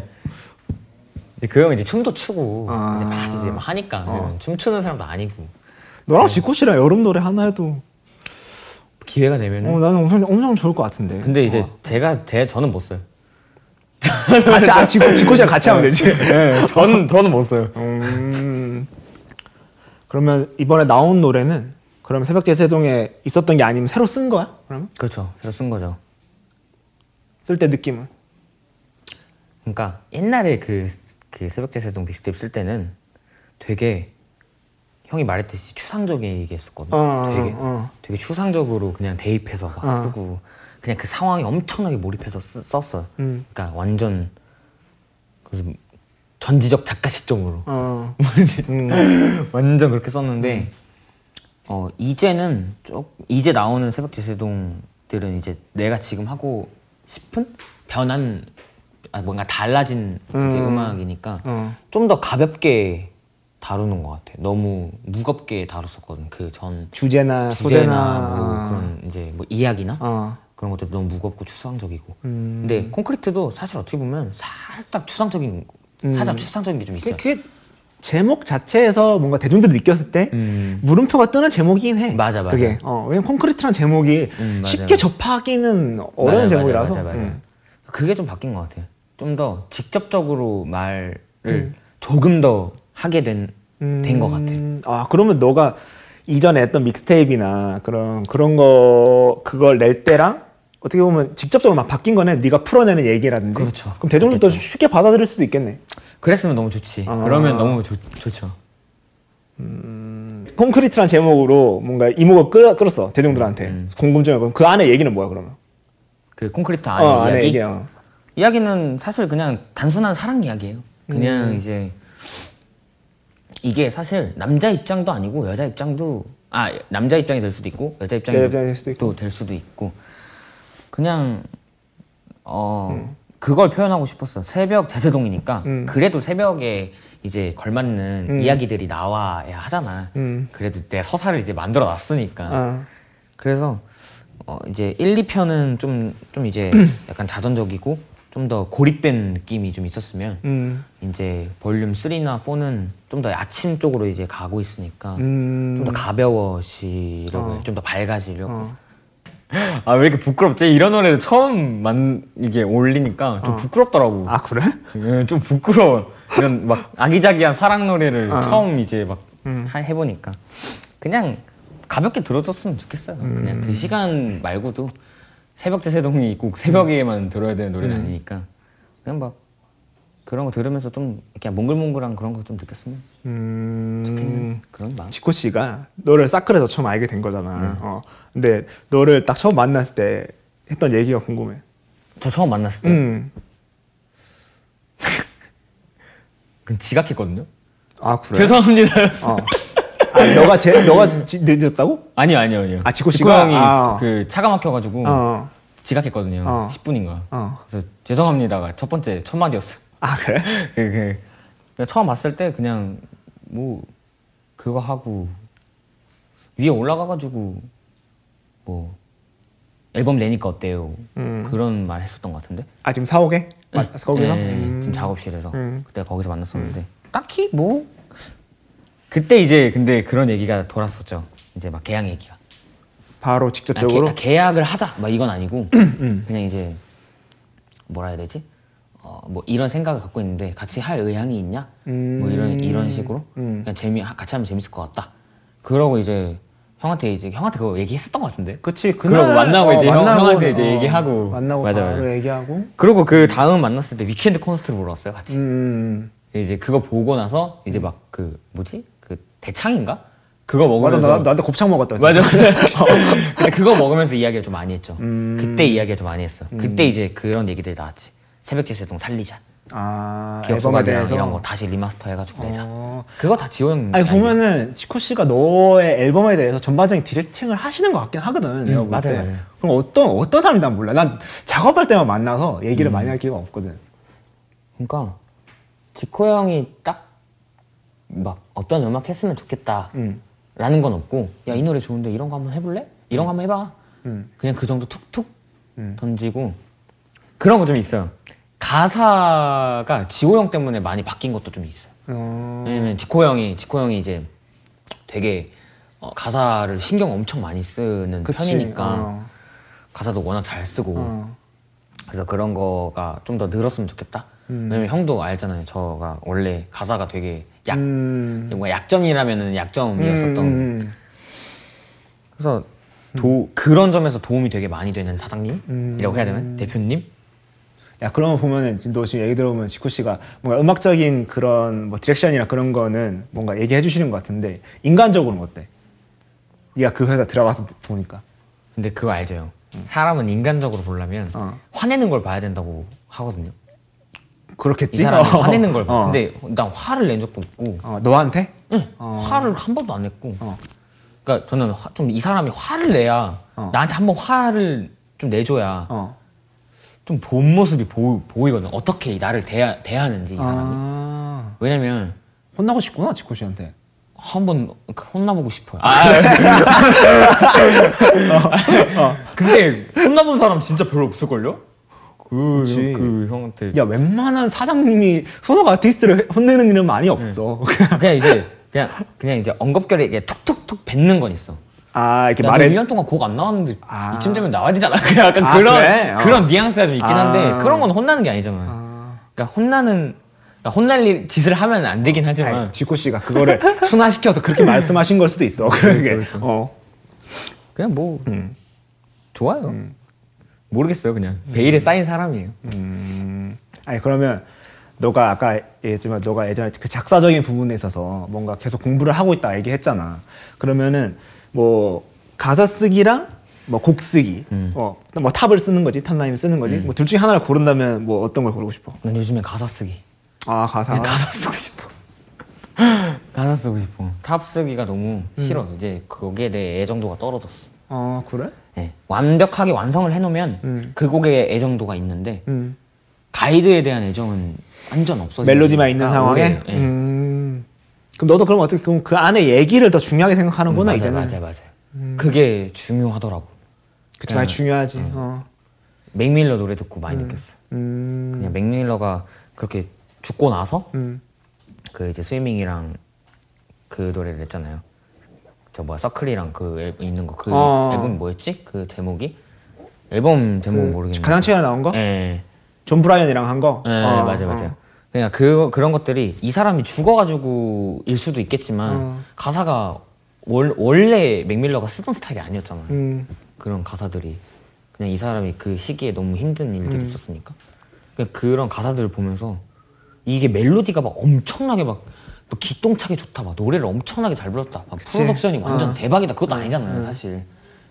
[SPEAKER 3] 그형 이제 춤도 추고
[SPEAKER 4] 아. 어.
[SPEAKER 3] 이제 막 이제 막 하니까 춤추는 사람도 아니고
[SPEAKER 4] 너랑 지코 씨랑 여름 노래 하나 해도
[SPEAKER 3] 기회가 되면
[SPEAKER 4] 어,
[SPEAKER 3] 은
[SPEAKER 4] 나는 엄청, 엄청 좋을 것 같은데.
[SPEAKER 3] 네. 근데 이제
[SPEAKER 4] 어.
[SPEAKER 3] 제가 제 저는 못 써요.
[SPEAKER 4] 아, 자, 지코, 지코 씨랑 같이
[SPEAKER 3] 네.
[SPEAKER 4] 하면 되지. 네.
[SPEAKER 3] 저는 저는 못 써요.
[SPEAKER 4] 음. 그러면 이번에 나온 노래는 그럼 새벽제 세동에 있었던 게 아니면 새로 쓴 거야? 그러면
[SPEAKER 3] 그렇죠. 제가 쓴 거죠.
[SPEAKER 4] 쓸 때 느낌은?
[SPEAKER 3] 그러니까 옛날에 그, 그 새벽제 세동 빅스텝 쓸 때는 되게 형이 말했듯이 추상적이게 했었거든요.
[SPEAKER 4] 어,
[SPEAKER 3] 되게
[SPEAKER 4] 어.
[SPEAKER 3] 되게 추상적으로 그냥 대입해서 막
[SPEAKER 4] 어.
[SPEAKER 3] 쓰고 그냥 그 상황에 엄청나게 몰입해서 쓰- 썼어요.
[SPEAKER 4] 음.
[SPEAKER 3] 그러니까 완전 그 전지적 작가 시점으로
[SPEAKER 4] 어.
[SPEAKER 3] 완전 그렇게 썼는데 음. 어 이제는 쪽 이제 나오는 새벽 제세동들은 이제 내가 지금 하고 싶은 변한 아, 뭔가 달라진 음. 이제
[SPEAKER 4] 음.
[SPEAKER 3] 음악이니까
[SPEAKER 4] 어.
[SPEAKER 3] 좀 더 가볍게 다루는 것 같아. 너무 무겁게 다뤘었거든. 그 전
[SPEAKER 4] 주제나
[SPEAKER 3] 주제나
[SPEAKER 4] 소재나
[SPEAKER 3] 뭐
[SPEAKER 4] 어.
[SPEAKER 3] 그런 이제 뭐 이야기나
[SPEAKER 4] 어.
[SPEAKER 3] 그런 것도 너무 무겁고 추상적이고.
[SPEAKER 4] 음.
[SPEAKER 3] 근데 콘크리트도 사실 어떻게 보면 살짝 추상적인 살짝
[SPEAKER 4] 음.
[SPEAKER 3] 추상적인 게 좀
[SPEAKER 4] 그게,
[SPEAKER 3] 있어요.
[SPEAKER 4] 그게 제목 자체에서 뭔가 대중들이 느꼈을 때
[SPEAKER 3] 음.
[SPEAKER 4] 물음표가 뜨는 제목이긴 해.
[SPEAKER 3] 맞아, 맞아.
[SPEAKER 4] 그게 어, 왜냐면 콘크리트란 제목이
[SPEAKER 3] 음, 맞아.
[SPEAKER 4] 쉽게 접하기는 어려운
[SPEAKER 3] 맞아요,
[SPEAKER 4] 제목이라서.
[SPEAKER 3] 맞아요, 맞아요, 맞아요.
[SPEAKER 4] 음.
[SPEAKER 3] 그게 좀 바뀐 것 같아요. 좀 더 직접적으로 말을 조금 더 하게 된 된 것 같아요.
[SPEAKER 4] 음, 아 그러면 너가 이전에 했던 믹스테이프나 그런 그런 거 그걸 낼 때랑 어떻게 보면 직접적으로 막 바뀐 거네. 네가 풀어내는 얘기라든지.
[SPEAKER 3] 그렇죠.
[SPEAKER 4] 그럼 대중들도
[SPEAKER 3] 그렇겠죠.
[SPEAKER 4] 쉽게 받아들일 수도 있겠네.
[SPEAKER 3] 그랬으면 너무 좋지.
[SPEAKER 4] 아.
[SPEAKER 3] 그러면 너무 좋, 좋죠.
[SPEAKER 4] 음, 콘크리트란 제목으로 뭔가 이목을 끌, 끌었어 대중들한테
[SPEAKER 3] 음.
[SPEAKER 4] 궁금증을. 그럼 그 안에 얘기는 뭐야 그러면?
[SPEAKER 3] 그 콘크리트 안에
[SPEAKER 4] 어, 안에
[SPEAKER 3] 이야기.
[SPEAKER 4] 얘기. 어.
[SPEAKER 3] 이야기는 사실 그냥 단순한 사랑 이야기예요.
[SPEAKER 4] 음.
[SPEAKER 3] 그냥 이제 이게 사실 남자 입장도 아니고 여자 입장도 아 남자 입장이 될 수도 있고 여자 입장이
[SPEAKER 4] 네, 여자 입장이 될 수도 있고.
[SPEAKER 3] 또될 수도 있고 그냥 어 그걸 표현하고 싶었어. 새벽 제세동이니까
[SPEAKER 4] 음.
[SPEAKER 3] 그래도 새벽에 이제 걸맞는
[SPEAKER 4] 음.
[SPEAKER 3] 이야기들이 나와야 하잖아.
[SPEAKER 4] 음.
[SPEAKER 3] 그래도 내 서사를 이제 만들어 놨으니까.
[SPEAKER 4] 아.
[SPEAKER 3] 그래서 어, 이제 1, 2편은 좀, 좀 이제 약간 자전적이고 좀 더 고립된 느낌이 좀 있었으면
[SPEAKER 4] 음.
[SPEAKER 3] 이제 볼륨 3나 4는 좀 더 아침 쪽으로 이제 가고 있으니까
[SPEAKER 4] 음.
[SPEAKER 3] 좀 더 가벼워지려고
[SPEAKER 4] 어.
[SPEAKER 3] 좀 더 밝아지려고
[SPEAKER 4] 어.
[SPEAKER 1] 아 왜 이렇게 부끄럽지? 이런 노래를 처음 만 이게 올리니까 좀 부끄럽더라고.
[SPEAKER 4] 아 그래?
[SPEAKER 1] 예, 좀 부끄러워. 이런 막 아기자기한 사랑 노래를
[SPEAKER 4] 아.
[SPEAKER 1] 처음 이제 막
[SPEAKER 3] 하- 해보니까 그냥 가볍게 들어줬으면 좋겠어요. 그냥
[SPEAKER 4] 음.
[SPEAKER 3] 그 시간 말고도 새벽 제세동이 있고
[SPEAKER 4] 음.
[SPEAKER 3] 새벽에만 들어야 되는 노래는 아니니까 그냥 막 그런 거 들으면서 좀 그냥 몽글몽글한 그런 거 좀 느꼈으면
[SPEAKER 4] 음.
[SPEAKER 3] 그런 마음.
[SPEAKER 4] 지코 씨가 너를 사클에서 처음 알게 된 거잖아. 어. 근데 너를 딱 처음 만났을 때 했던 얘기가 궁금해.
[SPEAKER 3] 저 처음 만났을 때
[SPEAKER 4] 음.
[SPEAKER 3] 그냥 지각했거든요.
[SPEAKER 4] 아 그래?
[SPEAKER 1] 죄송합니다.
[SPEAKER 4] 어. 아 너가 제 너가 지, 늦었다고?
[SPEAKER 1] 아니요 아니요 아니요.
[SPEAKER 4] 아, 지코 씨가?
[SPEAKER 1] 형이
[SPEAKER 4] 아, 어.
[SPEAKER 1] 그 차가 막혀가지고
[SPEAKER 4] 어.
[SPEAKER 1] 지각했거든요.
[SPEAKER 4] 어.
[SPEAKER 1] 10분인가.
[SPEAKER 4] 어.
[SPEAKER 1] 그래서 죄송합니다가 첫 번째 첫 마디였어.
[SPEAKER 4] 아 그래?
[SPEAKER 1] 그,
[SPEAKER 4] 예.
[SPEAKER 1] 그
[SPEAKER 3] 그냥 처음 봤을 때 그냥 뭐 그거 하고 위에 올라가가지고 뭐 앨범 내니까 어때요?
[SPEAKER 4] 음.
[SPEAKER 3] 그런 말 했었던 것 같은데.
[SPEAKER 4] 아 지금 사옥에? 마- 거기서?
[SPEAKER 3] 예,
[SPEAKER 4] 음.
[SPEAKER 3] 지금 작업실에서
[SPEAKER 4] 음.
[SPEAKER 3] 그때 거기서 만났었는데
[SPEAKER 1] 딱히 뭐
[SPEAKER 3] 그때 이제 근데 그런 얘기가 돌았었죠. 이제 막 계약 얘기가.
[SPEAKER 4] 바로
[SPEAKER 3] 아, 계-
[SPEAKER 4] 직접적으로?
[SPEAKER 3] 아, 계약을 하자 막 이건 아니고 그냥 이제 뭐라 해야 되지? 어, 뭐 이런 생각을 갖고 있는데 같이 할 의향이 있냐? 뭐 이런 이런 식으로
[SPEAKER 4] 음.
[SPEAKER 3] 그냥 재미 하- 같이 하면 재밌을 것 같다. 그러고 이제 형한테 이제 형한테 그거 얘기했었던 것 같은데.
[SPEAKER 4] 그치
[SPEAKER 3] 그러고 만나고 이제 형-
[SPEAKER 4] 만나고,
[SPEAKER 3] 형한테 이제
[SPEAKER 4] 어,
[SPEAKER 3] 얘기하고.
[SPEAKER 4] 만나고
[SPEAKER 3] 맞아,
[SPEAKER 4] 바로
[SPEAKER 3] 맞아.
[SPEAKER 4] 얘기하고
[SPEAKER 3] 그리고 그 다음 만났을 때 위켄드 콘서트를 보러 왔어요 같이.
[SPEAKER 4] 음.
[SPEAKER 3] 이제 그거 보고 나서 이제 막 그 뭐지 그 대창인가? 그거
[SPEAKER 4] 맞아
[SPEAKER 3] 먹으면서
[SPEAKER 4] 나, 나한테 곱창 먹었다
[SPEAKER 3] 음. 맞아. 근데 그거 먹으면서 이야기를 좀 많이 했죠.
[SPEAKER 4] 음.
[SPEAKER 3] 그때 이야기를 좀 많이 했어. 그때 이제 그런 얘기들이 나왔지. 새벽 제세동 살리자.
[SPEAKER 4] 아
[SPEAKER 3] 기업
[SPEAKER 4] 앨범에
[SPEAKER 3] 소각이랑
[SPEAKER 4] 대해서
[SPEAKER 3] 이런 거 다시 리마스터 해가지고 내자.
[SPEAKER 4] 어.
[SPEAKER 3] 그거 다 지호 형.
[SPEAKER 4] 아니
[SPEAKER 3] 아니에요?
[SPEAKER 4] 보면은 지코 씨가 너의 앨범에 대해서 전반적인 디렉팅을 하시는 것 같긴 하거든. 내가 볼
[SPEAKER 3] 음, 맞아요,
[SPEAKER 4] 때.
[SPEAKER 3] 맞아요.
[SPEAKER 4] 그럼 어떤 어떤 사람인지 난 몰라. 난 작업할 때만 만나서
[SPEAKER 3] 음.
[SPEAKER 4] 얘기를 많이 할 기회가 없거든.
[SPEAKER 3] 그러니까 지코 형이 딱 막 어떤 음악 했으면 좋겠다.
[SPEAKER 4] 음.
[SPEAKER 3] 라는 건 없고 야 이 노래 좋은데 이런 거 한번 해볼래? 이런 거 한번 해봐.
[SPEAKER 4] 음.
[SPEAKER 3] 그냥 그 정도 툭툭
[SPEAKER 4] 음.
[SPEAKER 3] 던지고 그런 거 좀 있어요. 가사가 지호 형 때문에 많이 바뀐 것도 좀 있어요.
[SPEAKER 4] 어.
[SPEAKER 3] 왜냐면 지코 형이 지코 형이 이제 되게 어, 가사를 신경 엄청 많이 쓰는
[SPEAKER 4] 그치.
[SPEAKER 3] 편이니까
[SPEAKER 4] 어.
[SPEAKER 3] 가사도 워낙 잘 쓰고
[SPEAKER 4] 어.
[SPEAKER 3] 그래서 그런 거가 좀 더 늘었으면 좋겠다.
[SPEAKER 4] 음.
[SPEAKER 3] 왜냐면 형도 알잖아요. 저가 원래 가사가 되게 약
[SPEAKER 4] 음.
[SPEAKER 3] 뭔가 약점이라면은 약점이었었던
[SPEAKER 4] 음.
[SPEAKER 3] 그래서 도 그런 점에서 도움이 되게 많이 되는 사장님이라고
[SPEAKER 4] 음.
[SPEAKER 3] 해야 되나 대표님?
[SPEAKER 4] 야 그러면 보면은 지금 너 지금 얘기 들어보면 지코 씨가 뭔가 음악적인 그런 뭐 디렉션이나 그런 거는 뭔가 얘기해 주시는 것 같은데 인간적으로는 어때? 네가 그 회사 들어가서 보니까
[SPEAKER 3] 근데 그거 알죠 형. 사람은 인간적으로 보려면
[SPEAKER 4] 어.
[SPEAKER 3] 화내는 걸 봐야 된다고 하거든요. 이
[SPEAKER 4] 그렇겠지?
[SPEAKER 3] 사람이
[SPEAKER 4] 어.
[SPEAKER 3] 화내는 걸 봐.
[SPEAKER 4] 어.
[SPEAKER 3] 근데 난 화를 낸 적도 없고
[SPEAKER 4] 어, 너한테?
[SPEAKER 3] 응,
[SPEAKER 4] 어.
[SPEAKER 3] 화를 한 번도 안 냈고.
[SPEAKER 4] 어.
[SPEAKER 3] 그러니까 저는 좀 이 사람이 화를 내야
[SPEAKER 4] 어.
[SPEAKER 3] 나한테 한 번 화를 좀 내줘야
[SPEAKER 4] 어.
[SPEAKER 3] 좀 본 모습이 보, 보이거든. 어떻게 나를 대하, 대하는지 이 사람이.
[SPEAKER 4] 아,
[SPEAKER 3] 왜냐면
[SPEAKER 4] 혼나고 싶구나 지코 씨한테.
[SPEAKER 3] 한 번그 혼나보고 싶어요.
[SPEAKER 4] 어.
[SPEAKER 3] 근데
[SPEAKER 1] 혼나본 사람 진짜 별로 없을걸요?
[SPEAKER 4] 그치.
[SPEAKER 1] 그, 그 형한테
[SPEAKER 4] 야 웬만한 사장님이 소속 아티스트를 혼내는
[SPEAKER 3] 네.
[SPEAKER 4] 일은 많이 없어.
[SPEAKER 3] 그냥 이제 그냥 그냥 이제 언급결에 이게 툭툭툭 뱉는 건 있어.
[SPEAKER 4] 아 이렇게
[SPEAKER 3] 야,
[SPEAKER 4] 말해.
[SPEAKER 3] 1년 동안 곡 안 나왔는데
[SPEAKER 4] 아.
[SPEAKER 3] 이쯤 되면 나와야 되잖아. 약간
[SPEAKER 4] 아,
[SPEAKER 3] 그런
[SPEAKER 4] 그래? 어.
[SPEAKER 3] 그런 뉘앙스가 좀 있긴 한데
[SPEAKER 4] 아.
[SPEAKER 3] 그런 건 혼나는 게 아니잖아. 요
[SPEAKER 4] 아,
[SPEAKER 3] 그러니까 혼나는 그러니까 혼날 일 짓을 하면 안 되긴 하지만
[SPEAKER 4] 아니, 지코 씨가 그거를 순화시켜서 그렇게 말씀하신 걸 수도 있어.
[SPEAKER 3] 그렇죠,
[SPEAKER 4] 그게 어.
[SPEAKER 3] 그냥 뭐
[SPEAKER 4] 음.
[SPEAKER 3] 좋아요. 모르겠어요, 그냥 베일에 쌓인 사람이에요.
[SPEAKER 4] 음. 아니 그러면 너가 아까 얘기했지만 너가 예전에 그 작사적인 부분에 있어서 뭔가 계속 공부를 하고 있다 얘기했잖아. 그러면은 뭐 가사 쓰기랑 뭐 곡 쓰기,
[SPEAKER 3] 음.
[SPEAKER 4] 어, 뭐 탑을 쓰는 거지, 탑라인을 쓰는 거지. 뭐 둘 중에 하나를 고른다면 뭐 어떤 걸 고르고 싶어?
[SPEAKER 3] 난 요즘에 가사 쓰기.
[SPEAKER 4] 아 가사.
[SPEAKER 3] 그냥 음, 가사 쓰고 싶어. 가사 쓰고 싶어. 탑 쓰기가 너무
[SPEAKER 4] 음.
[SPEAKER 3] 싫어. 이제 거기에 내 애정도가 떨어졌어.
[SPEAKER 4] 아 그래?
[SPEAKER 3] 예. 완벽하게 완성을 해놓으면
[SPEAKER 4] 음.
[SPEAKER 3] 그 곡에 애정도가 있는데
[SPEAKER 4] 음.
[SPEAKER 3] 가이드에 대한 애정은 완전 없어지.
[SPEAKER 4] 멜로디만 있는 상황에.
[SPEAKER 3] 예.
[SPEAKER 4] 음. 그럼 너도 그럼 어떻게 그럼 그 안에 얘기를 더 중요하게 음.
[SPEAKER 3] 음,
[SPEAKER 4] 생각하는구나
[SPEAKER 3] 맞아요,
[SPEAKER 4] 이제는.
[SPEAKER 3] 맞아요, 맞아요. 그게 중요하더라고.
[SPEAKER 4] 그치
[SPEAKER 3] 음.
[SPEAKER 4] 많이 중요하지. 어.
[SPEAKER 3] 맥밀러 노래 듣고 많이 느꼈어.
[SPEAKER 4] 음.
[SPEAKER 3] 그냥 맥밀러가 그렇게 죽고 나서
[SPEAKER 4] 음.
[SPEAKER 3] 그 이제 스위밍이랑 그 노래를 냈잖아요. 저 뭐야 서클이랑 그 앨- 있는 거 그
[SPEAKER 4] 어.
[SPEAKER 3] 앨범이 뭐였지? 그 제목이 앨범 제목 은뭐 모르겠는데.
[SPEAKER 4] 그 가장 최근에 나온 거?
[SPEAKER 3] 예, 예,
[SPEAKER 4] 존 브라이언이랑 한 거?
[SPEAKER 3] 예,
[SPEAKER 4] 어,
[SPEAKER 3] 맞아,
[SPEAKER 4] 어.
[SPEAKER 3] 맞아. 요 그냥 그 그런 것들이 이 사람이 죽어가지고일 수도 있겠지만
[SPEAKER 4] 어.
[SPEAKER 3] 가사가 월, 원래 맥밀러가 쓰던 스타일이 아니었잖아요.
[SPEAKER 4] 음.
[SPEAKER 3] 그런 가사들이 그냥 이 사람이 그 시기에 너무 힘든 일들이
[SPEAKER 4] 음.
[SPEAKER 3] 있었으니까 그냥 그런 가사들을 보면서 이게 멜로디가 막 엄청나게 막뭐 기똥차게 좋다 막 노래를 엄청나게 잘 불렀다 막 프로덕션이 완전
[SPEAKER 4] 어.
[SPEAKER 3] 대박이다 그것도 아니잖아요 사실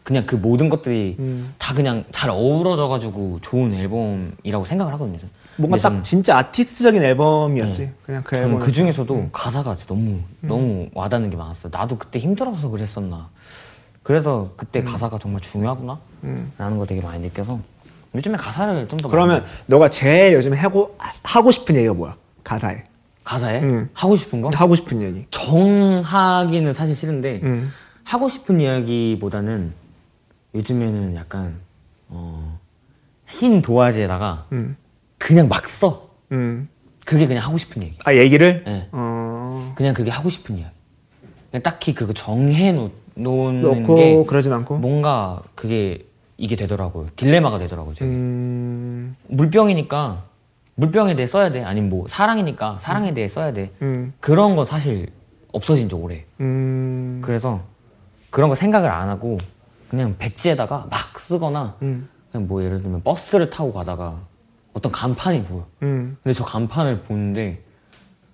[SPEAKER 3] 그냥 그 모든 것들이
[SPEAKER 4] 음.
[SPEAKER 3] 다 그냥 잘 어우러져 가지고 좋은 앨범이라고 생각을 하거든요 저는.
[SPEAKER 4] 뭔가
[SPEAKER 3] 근데
[SPEAKER 4] 딱
[SPEAKER 3] 저는-
[SPEAKER 4] 진짜 아티스트적인 앨범이었지. 그냥 그
[SPEAKER 3] 저는
[SPEAKER 4] 앨범.
[SPEAKER 3] 그 중에서도 가사가 진짜 너무
[SPEAKER 4] 음.
[SPEAKER 3] 너무 와닿는 게 많았어요 나도 그때 힘들어서 그랬었나 그래서 그때 가사가 정말 중요하구나
[SPEAKER 4] 음.
[SPEAKER 3] 라는 거 되게 많이 느껴서 요즘에 가사를 좀 더
[SPEAKER 4] 그러면
[SPEAKER 3] 많이
[SPEAKER 4] 너가 제일 요즘 에 하고 아- 하고 싶은 얘기가 뭐야? 가사에
[SPEAKER 3] 가사에
[SPEAKER 4] 음.
[SPEAKER 3] 하고 싶은 거
[SPEAKER 4] 하고 싶은 얘기.
[SPEAKER 3] 정하기는 사실 싫은데
[SPEAKER 4] 음.
[SPEAKER 3] 하고 싶은 이야기보다는 요즘에는 약간 어, 흰 도화지에다가
[SPEAKER 4] 음.
[SPEAKER 3] 그냥 막 써
[SPEAKER 4] 음.
[SPEAKER 3] 그게 그냥 하고 싶은 얘기
[SPEAKER 4] 아 얘기를?
[SPEAKER 3] 예.
[SPEAKER 4] 어.
[SPEAKER 3] 그냥 그게 하고 싶은 이야기 그냥 딱히 그거 정해 놓- 놓는
[SPEAKER 4] 넣고
[SPEAKER 3] 음, 게뭐
[SPEAKER 4] 그러진 않고.
[SPEAKER 3] 뭔가 그게 이게 되더라고요 딜레마가 되더라고요 되게.
[SPEAKER 4] 음.
[SPEAKER 3] 물병이니까 물병에 대해 써야 돼 아니면 뭐 사랑이니까 사랑에 대해 써야 돼
[SPEAKER 4] 음.
[SPEAKER 3] 그런 거 사실 없어진 지 오래
[SPEAKER 4] 음.
[SPEAKER 3] 그래서 그런 거 생각을 안 하고 그냥 백지에다가 막 쓰거나
[SPEAKER 4] 음.
[SPEAKER 3] 그냥 뭐 예를 들면 버스를 타고 가다가 어떤 간판이 보여
[SPEAKER 4] 음.
[SPEAKER 3] 근데 저 간판을 보는데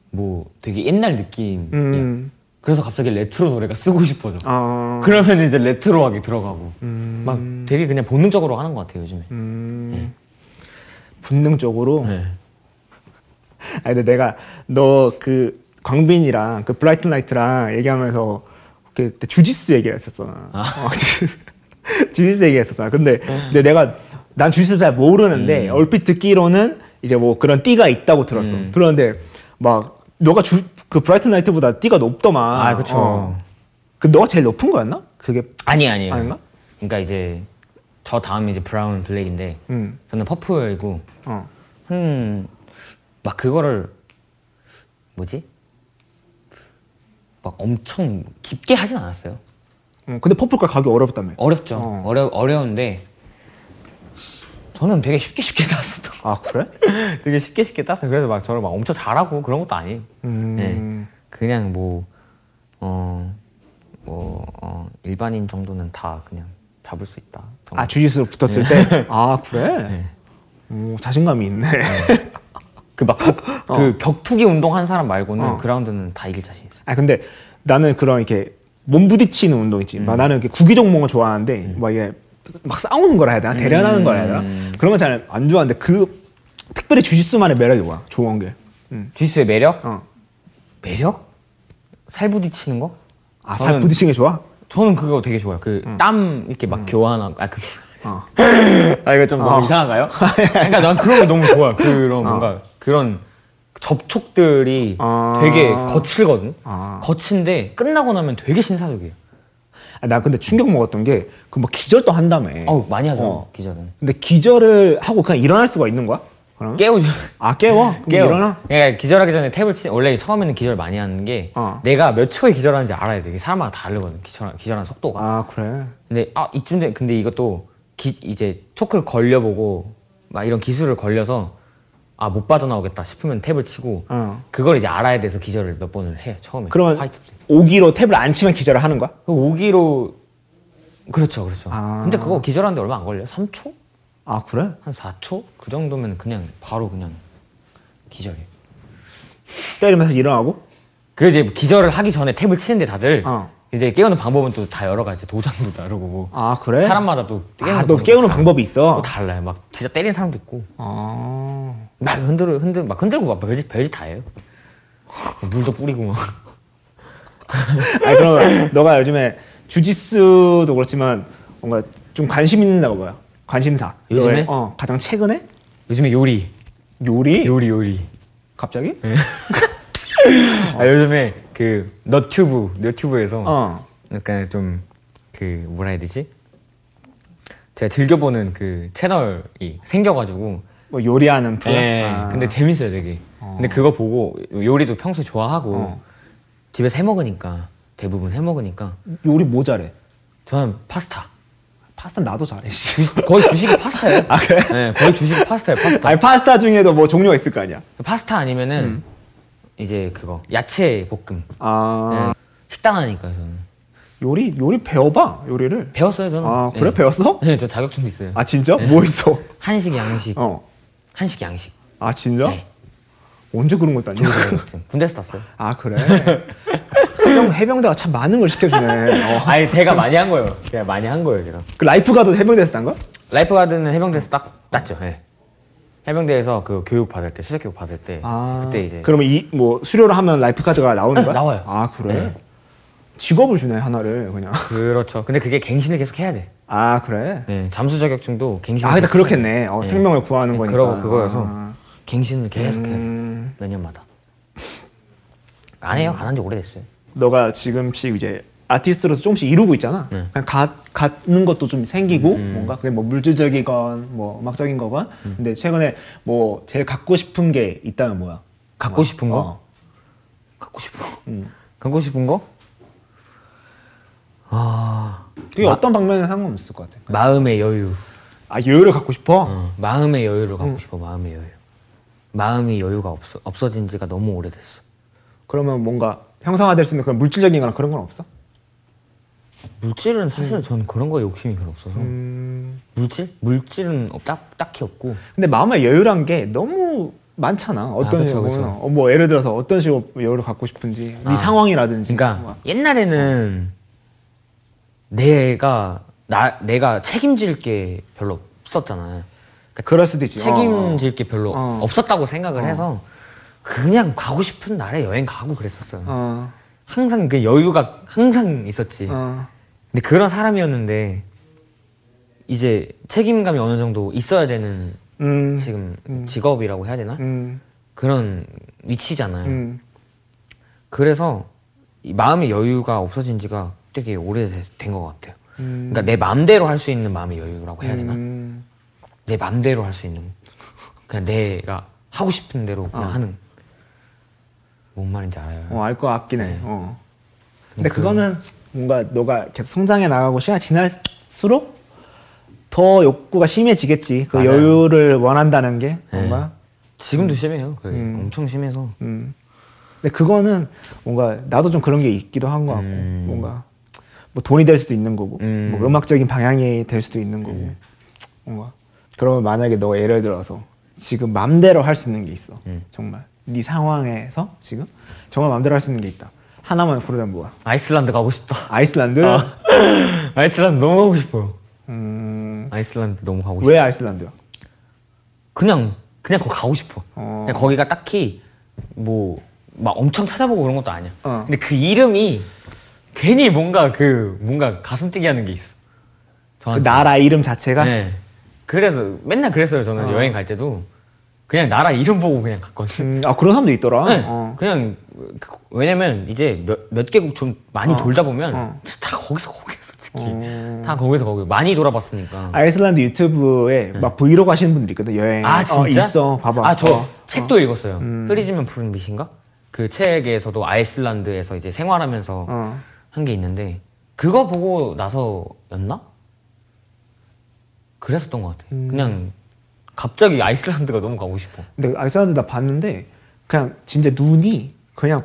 [SPEAKER 3] 뭐 되게 옛날 느낌이야
[SPEAKER 4] 음.
[SPEAKER 3] 그래서 갑자기 레트로 노래가 쓰고 싶어져
[SPEAKER 4] 아.
[SPEAKER 3] 예. 그러면 이제 레트로하게 들어가고
[SPEAKER 4] 음.
[SPEAKER 3] 막 되게 그냥 본능적으로 하는 것 같아요 요즘에
[SPEAKER 4] 음.
[SPEAKER 3] 예.
[SPEAKER 4] 본능적으로.
[SPEAKER 3] 네.
[SPEAKER 4] 아니 근데 내가 너 그 광빈이랑 그 브라이튼 라이트랑 얘기하면서 그때 주짓수 얘기를 했었잖아. 어, 주- 주짓수 얘기했었잖아. 근데
[SPEAKER 3] 어.
[SPEAKER 4] 근데 내가 난 주짓수 잘 모르는데
[SPEAKER 3] 음.
[SPEAKER 4] 얼핏 듣기로는 이제 뭐 그런 띠가 있다고 들었어. 들었는데 막 너가 주 그 브라이튼 라이트보다 띠가 높더만.
[SPEAKER 3] 아, 그쵸.
[SPEAKER 4] 그 너가 제일 높은 거였나? 그게
[SPEAKER 3] 아니 아니에요.
[SPEAKER 4] 아닌가?
[SPEAKER 3] 그러니까 이제 저 다음이 이제 브라운 블랙인데
[SPEAKER 4] 음.
[SPEAKER 3] 저는 퍼플이고
[SPEAKER 4] 어.
[SPEAKER 3] 한 막 그거를 뭐지? 막 엄청 깊게 하진 않았어요.
[SPEAKER 4] 음, 근데 퍼플과 가기 어렵다며.
[SPEAKER 3] 어렵죠.
[SPEAKER 4] 어.
[SPEAKER 3] 어. 려 어려운데 저는 되게 쉽게 쉽게 땄었던 거.
[SPEAKER 4] 아, 그래?
[SPEAKER 3] 되게 쉽게 쉽게 땄어요. 그래서 막 저를 막 엄청 잘하고 그런 것도 아니에요.
[SPEAKER 4] 음.
[SPEAKER 3] 네. 그냥 뭐, 어, 뭐, 어, 일반인 정도는 다 그냥 잡을 수 있다. 정도.
[SPEAKER 4] 아 주짓수로 붙었을
[SPEAKER 3] 네.
[SPEAKER 4] 때? 아 그래? 오 자신감이 있네
[SPEAKER 3] 그막 그 격투기 운동 한 사람 말고는
[SPEAKER 4] 어.
[SPEAKER 3] 그라운드는 다 이길 자신 있어.
[SPEAKER 4] 아 근데 나는 그런 이렇게 몸 부딪히는 운동 있지
[SPEAKER 3] 음.
[SPEAKER 4] 막 나는 이렇게 구기 종목을 좋아하는데 막 이게 막 싸우는 거라 해야 되나? 대련하는 거라 해야 되나?
[SPEAKER 3] 음.
[SPEAKER 4] 그런 건 잘 안 좋아하는데 그 특별히 주짓수만의 매력이 뭐야? 좋은 게 음.
[SPEAKER 3] 주짓수의 매력?
[SPEAKER 4] 어.
[SPEAKER 3] 매력? 살 부딪히는 거?
[SPEAKER 4] 아살
[SPEAKER 3] 저는-
[SPEAKER 4] 부딪히는 게 좋아?
[SPEAKER 3] 저는 그거 되게 좋아요. 그 땀 이렇게 막 교환하고 아 그게
[SPEAKER 4] 어.
[SPEAKER 3] 아 이거 좀 너무 이상한가요? 그러니까 난 그런 거 너무 좋아요. 그런 뭔가 그런 접촉들이
[SPEAKER 4] 아.
[SPEAKER 3] 되게 거칠거든.
[SPEAKER 4] 아.
[SPEAKER 3] 거친데 끝나고 나면 되게 신사적이에요.
[SPEAKER 4] 아, 나 근데 충격 먹었던 게 그 뭐 기절도 한다며
[SPEAKER 3] 어우 많이 하죠
[SPEAKER 4] 어.
[SPEAKER 3] 기절은.
[SPEAKER 4] 근데 기절을 하고 그냥 일어날 수가 있는 거야? 그러면?
[SPEAKER 3] 깨우죠.
[SPEAKER 4] 아 깨워? 그럼
[SPEAKER 3] 깨워.
[SPEAKER 4] 일어나?
[SPEAKER 3] 그러니까 기절하기 전에 탭을 치 원래 처음에는 기절 많이 하는 게
[SPEAKER 4] 어.
[SPEAKER 3] 내가 몇 초에 기절하는지 알아야 돼. 이게 사람마다 다르거든. 기절 기절하는 속도가.
[SPEAKER 4] 아 그래
[SPEAKER 3] 근데 아 이쯤 되 근데 이것도 기, 이제 초크를 걸려보고 막 이런 기술을 걸려서 아 못 빠져나오겠다 싶으면 탭을 치고
[SPEAKER 4] 어.
[SPEAKER 3] 그걸 이제 알아야 돼서 기절을 몇 번을 해요 처음에
[SPEAKER 4] 그러면
[SPEAKER 3] 화이트 때.
[SPEAKER 4] 오기로 탭을 안 치면 기절을 하는 거야?
[SPEAKER 3] 그 오기로 그렇죠 그렇죠
[SPEAKER 4] 아.
[SPEAKER 3] 근데 그거 기절하는데 얼마 안 걸려요 3초?
[SPEAKER 4] 아 그래?
[SPEAKER 3] 한 4초? 그 정도면 그냥 바로 그냥 기절이에요
[SPEAKER 4] 때리면서 일어나고?
[SPEAKER 3] 그래 이제 기절을 하기 전에 탭을 치는데 다들
[SPEAKER 4] 어.
[SPEAKER 3] 이제 깨우는 방법은 또 다 여러 가지 도장도 다르고 뭐
[SPEAKER 4] 아 그래?
[SPEAKER 3] 사람마다 또
[SPEAKER 4] 아,
[SPEAKER 3] 깨우는
[SPEAKER 4] 너
[SPEAKER 3] 방법도
[SPEAKER 4] 깨우는 방법이 있어?
[SPEAKER 3] 또 달라요 막 진짜 때리는 사람도 있고
[SPEAKER 4] 아...
[SPEAKER 3] 막 흔들어 흔들 막 흔들고 막 별짓 별짓 다 해요. 물도 뿌리고 막.
[SPEAKER 4] 아니 그럼 너가 요즘에 주짓수도 그렇지만 뭔가 좀 관심 있는 데가 뭐야? 관심사
[SPEAKER 3] 요즘에?
[SPEAKER 4] 너의, 어 가장 최근에?
[SPEAKER 3] 요즘에 네. 요리
[SPEAKER 4] 요리?
[SPEAKER 3] 요리 요리.
[SPEAKER 4] 갑자기?
[SPEAKER 3] 아, 요즘에 그 너튜브 너튜브에서
[SPEAKER 4] 어.
[SPEAKER 3] 약간 좀 그 뭐라 해야 되지? 제가 즐겨보는 그 채널이 생겨가지고
[SPEAKER 4] 뭐 요리하는 프로.
[SPEAKER 3] 예,
[SPEAKER 4] 아.
[SPEAKER 3] 근데 재밌어요 되게 근데 그거 보고 요리도 평소에 좋아하고
[SPEAKER 4] 어.
[SPEAKER 3] 집에서 해먹으니까 대부분 해먹으니까
[SPEAKER 4] 요리 뭐 잘해?
[SPEAKER 3] 저는 파스타
[SPEAKER 4] 파스타 나도 잘해. 씨.
[SPEAKER 3] 거의 주식이 파스타예요 아 그래? 네, 거의 주식이 파스타예요 파스타
[SPEAKER 4] 아니 음. 파스타 중에도 뭐 종류가 있을 거 아니야.
[SPEAKER 3] 파스타 아니면은 이제 그거 야채 볶음
[SPEAKER 4] 아
[SPEAKER 3] 식단 하니까 저는
[SPEAKER 4] 요리 요리 배워봐 요리를.
[SPEAKER 3] 네. 배웠어요 저는
[SPEAKER 4] 아 그래
[SPEAKER 3] 네.
[SPEAKER 4] 배웠어?
[SPEAKER 3] 네, 저 자격증도 있어요
[SPEAKER 4] 아 진짜? 뭐 있어?
[SPEAKER 3] 한식 양식
[SPEAKER 4] 어.
[SPEAKER 3] 한식 양식
[SPEAKER 4] 아 진짜?
[SPEAKER 3] 네.
[SPEAKER 4] 언제 그런 것도 아니고.
[SPEAKER 3] 자격증 군대에서 땄어요
[SPEAKER 4] 아 그래. 해병, 해병대가 참 많은 걸 시켜주네. 어.
[SPEAKER 3] 아니 제가 많이 한 거예요 제가 많이 한 거예요 제가
[SPEAKER 4] 그 라이프가드 해병대에서 딴 거야?
[SPEAKER 3] 라이프가드는 해병대에서 딱 땄죠 예. 해병대에서 그 교육 받을 때 수색 교육 받을 때 아. 그때 이제
[SPEAKER 4] 아.
[SPEAKER 3] 네,
[SPEAKER 4] 그러면 이 뭐 수료를 하면 라이프가드가 나오는 거야?
[SPEAKER 3] 나와요. 네.
[SPEAKER 4] 아 그래. 직업을 주네 하나를 그냥.
[SPEAKER 3] 그렇죠 근데 그게 갱신을 계속 해야 돼
[SPEAKER 4] 아 그래.
[SPEAKER 3] 예, 잠수 자격증도 갱신
[SPEAKER 4] 아, 근데 그렇겠네. 어, 생명을 구하는 거니까.
[SPEAKER 3] 예. 그러고 그거여서
[SPEAKER 4] 아.
[SPEAKER 3] 갱신을 계속 해야 돼
[SPEAKER 4] 음,
[SPEAKER 3] 몇 년마다 안 해요 안 한 지 오래됐어요
[SPEAKER 4] 너가 지금씩 이제 아티스트로서 조금씩 이루고 있잖아.
[SPEAKER 3] 네.
[SPEAKER 4] 그냥 가, 갖는 것도 좀 생기고
[SPEAKER 3] 음.
[SPEAKER 4] 뭔가 그게 뭐 물질적이건 뭐 음악적인 거건. 근데 최근에 뭐 제일 갖고 싶은 게 있다면 뭐야?
[SPEAKER 3] 갖고 싶은 거
[SPEAKER 4] 어.
[SPEAKER 3] 갖고 싶은 거
[SPEAKER 4] 음.
[SPEAKER 3] 갖고 싶은 거 아,
[SPEAKER 4] 그게 어떤 방면에 상관없을 것 같아.
[SPEAKER 3] 마음의 여유
[SPEAKER 4] 아 여유를 갖고 싶어?
[SPEAKER 3] 어, 마음의 여유를 갖고 싶어 마음의 여유 마음이 여유가 없어 없어진 지가 너무 오래됐어
[SPEAKER 4] 그러면 뭔가 형상화될 수 있는 그런 물질적인 거나 그런 건 없어?
[SPEAKER 3] 물질은 사실 전 그런 거에 욕심이 별로 없어서
[SPEAKER 4] 음.
[SPEAKER 3] 물질? 물질은 없- 딱, 딱히 없고
[SPEAKER 4] 근데 마음의 여유란 게 너무 많잖아. 어떤
[SPEAKER 3] 그쵸,
[SPEAKER 4] 식으로
[SPEAKER 3] 그쵸.
[SPEAKER 4] 보면. 어, 뭐 예를 들어서 어떤 식으로 여유를 갖고 싶은지, 네
[SPEAKER 3] 아.
[SPEAKER 4] 상황이라든지. 뭐.
[SPEAKER 3] 그러니까
[SPEAKER 4] 뭔가.
[SPEAKER 3] 옛날에는 내가 나 내가 책임질 게 별로 없었잖아요
[SPEAKER 4] 그럴 수도 있지.
[SPEAKER 3] 책임질 게 별로
[SPEAKER 4] 어.
[SPEAKER 3] 없었다고 생각을
[SPEAKER 4] 어.
[SPEAKER 3] 해서 그냥 가고 싶은 날에 여행 가고 그랬었어요
[SPEAKER 4] 어, 어,
[SPEAKER 3] 항상 그 여유가 항상 있었지
[SPEAKER 4] 어.
[SPEAKER 3] 근데 그런 사람이었는데 이제 책임감이 어느 정도 있어야 되는
[SPEAKER 4] 음.
[SPEAKER 3] 지금
[SPEAKER 4] 음.
[SPEAKER 3] 직업이라고 해야 되나
[SPEAKER 4] 음.
[SPEAKER 3] 그런 위치잖아요
[SPEAKER 4] 음.
[SPEAKER 3] 그래서 이 마음의 여유가 없어진 지가 되게 오래된 것 같아요.
[SPEAKER 4] 음.
[SPEAKER 3] 그러니까 내 마음대로 할 수 있는 마음의 여유라고 해야 되나?
[SPEAKER 4] 음.
[SPEAKER 3] 내 마음대로 할 수 있는 그냥 내가 하고 싶은 대로 그냥
[SPEAKER 4] 어.
[SPEAKER 3] 하는 뭔 말인지 알아요.
[SPEAKER 4] 어, 알 것 같긴 해.
[SPEAKER 3] 네.
[SPEAKER 4] 어. 근데
[SPEAKER 3] 그-
[SPEAKER 4] 그거는 뭔가 너가 계속 성장해 나가고 시간이 지날수록 더 욕구가 심해지겠지. 그
[SPEAKER 3] 맞아요. 네.
[SPEAKER 4] 여유를 원한다는 게 뭔가.
[SPEAKER 3] 지금도 심해요. 그게
[SPEAKER 4] 음.
[SPEAKER 3] 엄청 심해서
[SPEAKER 4] 음. 근데 그거는 뭔가 나도 좀 그런 게 있기도 한 것 같고
[SPEAKER 3] 음.
[SPEAKER 4] 뭔가 뭐 돈이 될 수도 있는 거고
[SPEAKER 3] 음.
[SPEAKER 4] 뭐 음악적인 방향이 될 수도 있는 거고 뭔가 그러면 만약에 너 예를 들어서 지금 맘대로 할 수 있는 게 있어
[SPEAKER 3] 음.
[SPEAKER 4] 정말 네 상황에서 지금 정말 맘대로 할 수 있는 게 있다 하나만 고르자면 뭐야
[SPEAKER 3] 아이슬란드 가고 싶다.
[SPEAKER 4] 아이슬란드
[SPEAKER 3] 아이슬란드 너무 가고 싶어요.
[SPEAKER 4] 음,
[SPEAKER 3] 아이슬란드 너무 가고 싶어.
[SPEAKER 4] 왜 아이슬란드야
[SPEAKER 3] 그냥 그냥 거기 가고 싶어.
[SPEAKER 4] 어.
[SPEAKER 3] 그냥 거기가 딱히 뭐 막 엄청 찾아보고 그런 것도 아니야.
[SPEAKER 4] 어.
[SPEAKER 3] 근데 그 이름이 괜히 뭔가 그 뭔가 가슴 뛰게 하는 게 있어.
[SPEAKER 4] 그
[SPEAKER 3] 저한테.
[SPEAKER 4] 나라 이름 자체가
[SPEAKER 3] 아, 네. 그래서 맨날 그랬어요. 저는
[SPEAKER 4] 어.
[SPEAKER 3] 여행 갈 때도 그냥 나라 이름 보고 그냥 갔거든요.
[SPEAKER 4] 음, 아 그런 사람도 있더라
[SPEAKER 3] 네.
[SPEAKER 4] 어.
[SPEAKER 3] 그냥 그- 왜냐면 이제 몇, 몇 개국 좀 많이
[SPEAKER 4] 어.
[SPEAKER 3] 돌다 보면
[SPEAKER 4] 어.
[SPEAKER 3] 다 거기서 거기서 특히
[SPEAKER 4] 어.
[SPEAKER 3] 다 거기서 거기 많이 돌아봤으니까.
[SPEAKER 4] 아이슬란드 유튜브에 막 브이로그 하시는 분들 있거든 여행
[SPEAKER 3] 네. 아
[SPEAKER 4] 어,
[SPEAKER 3] 진짜?
[SPEAKER 4] 있어 봐봐
[SPEAKER 3] 아 저
[SPEAKER 4] 어.
[SPEAKER 3] 책도 읽었어요.
[SPEAKER 4] 음.
[SPEAKER 3] 흐리지면 푸른 빛인가? 그 책에서도 아이슬란드에서 이제 생활하면서
[SPEAKER 4] 어.
[SPEAKER 3] 한 게 있는데 그거 보고 나서였나? 그랬었던 것 같아.
[SPEAKER 4] 음.
[SPEAKER 3] 요 그냥 갑자기 아이슬란드가 너무 가고 싶어.
[SPEAKER 4] 근데 아이슬란드 나 봤는데 그냥 진짜 눈이 그냥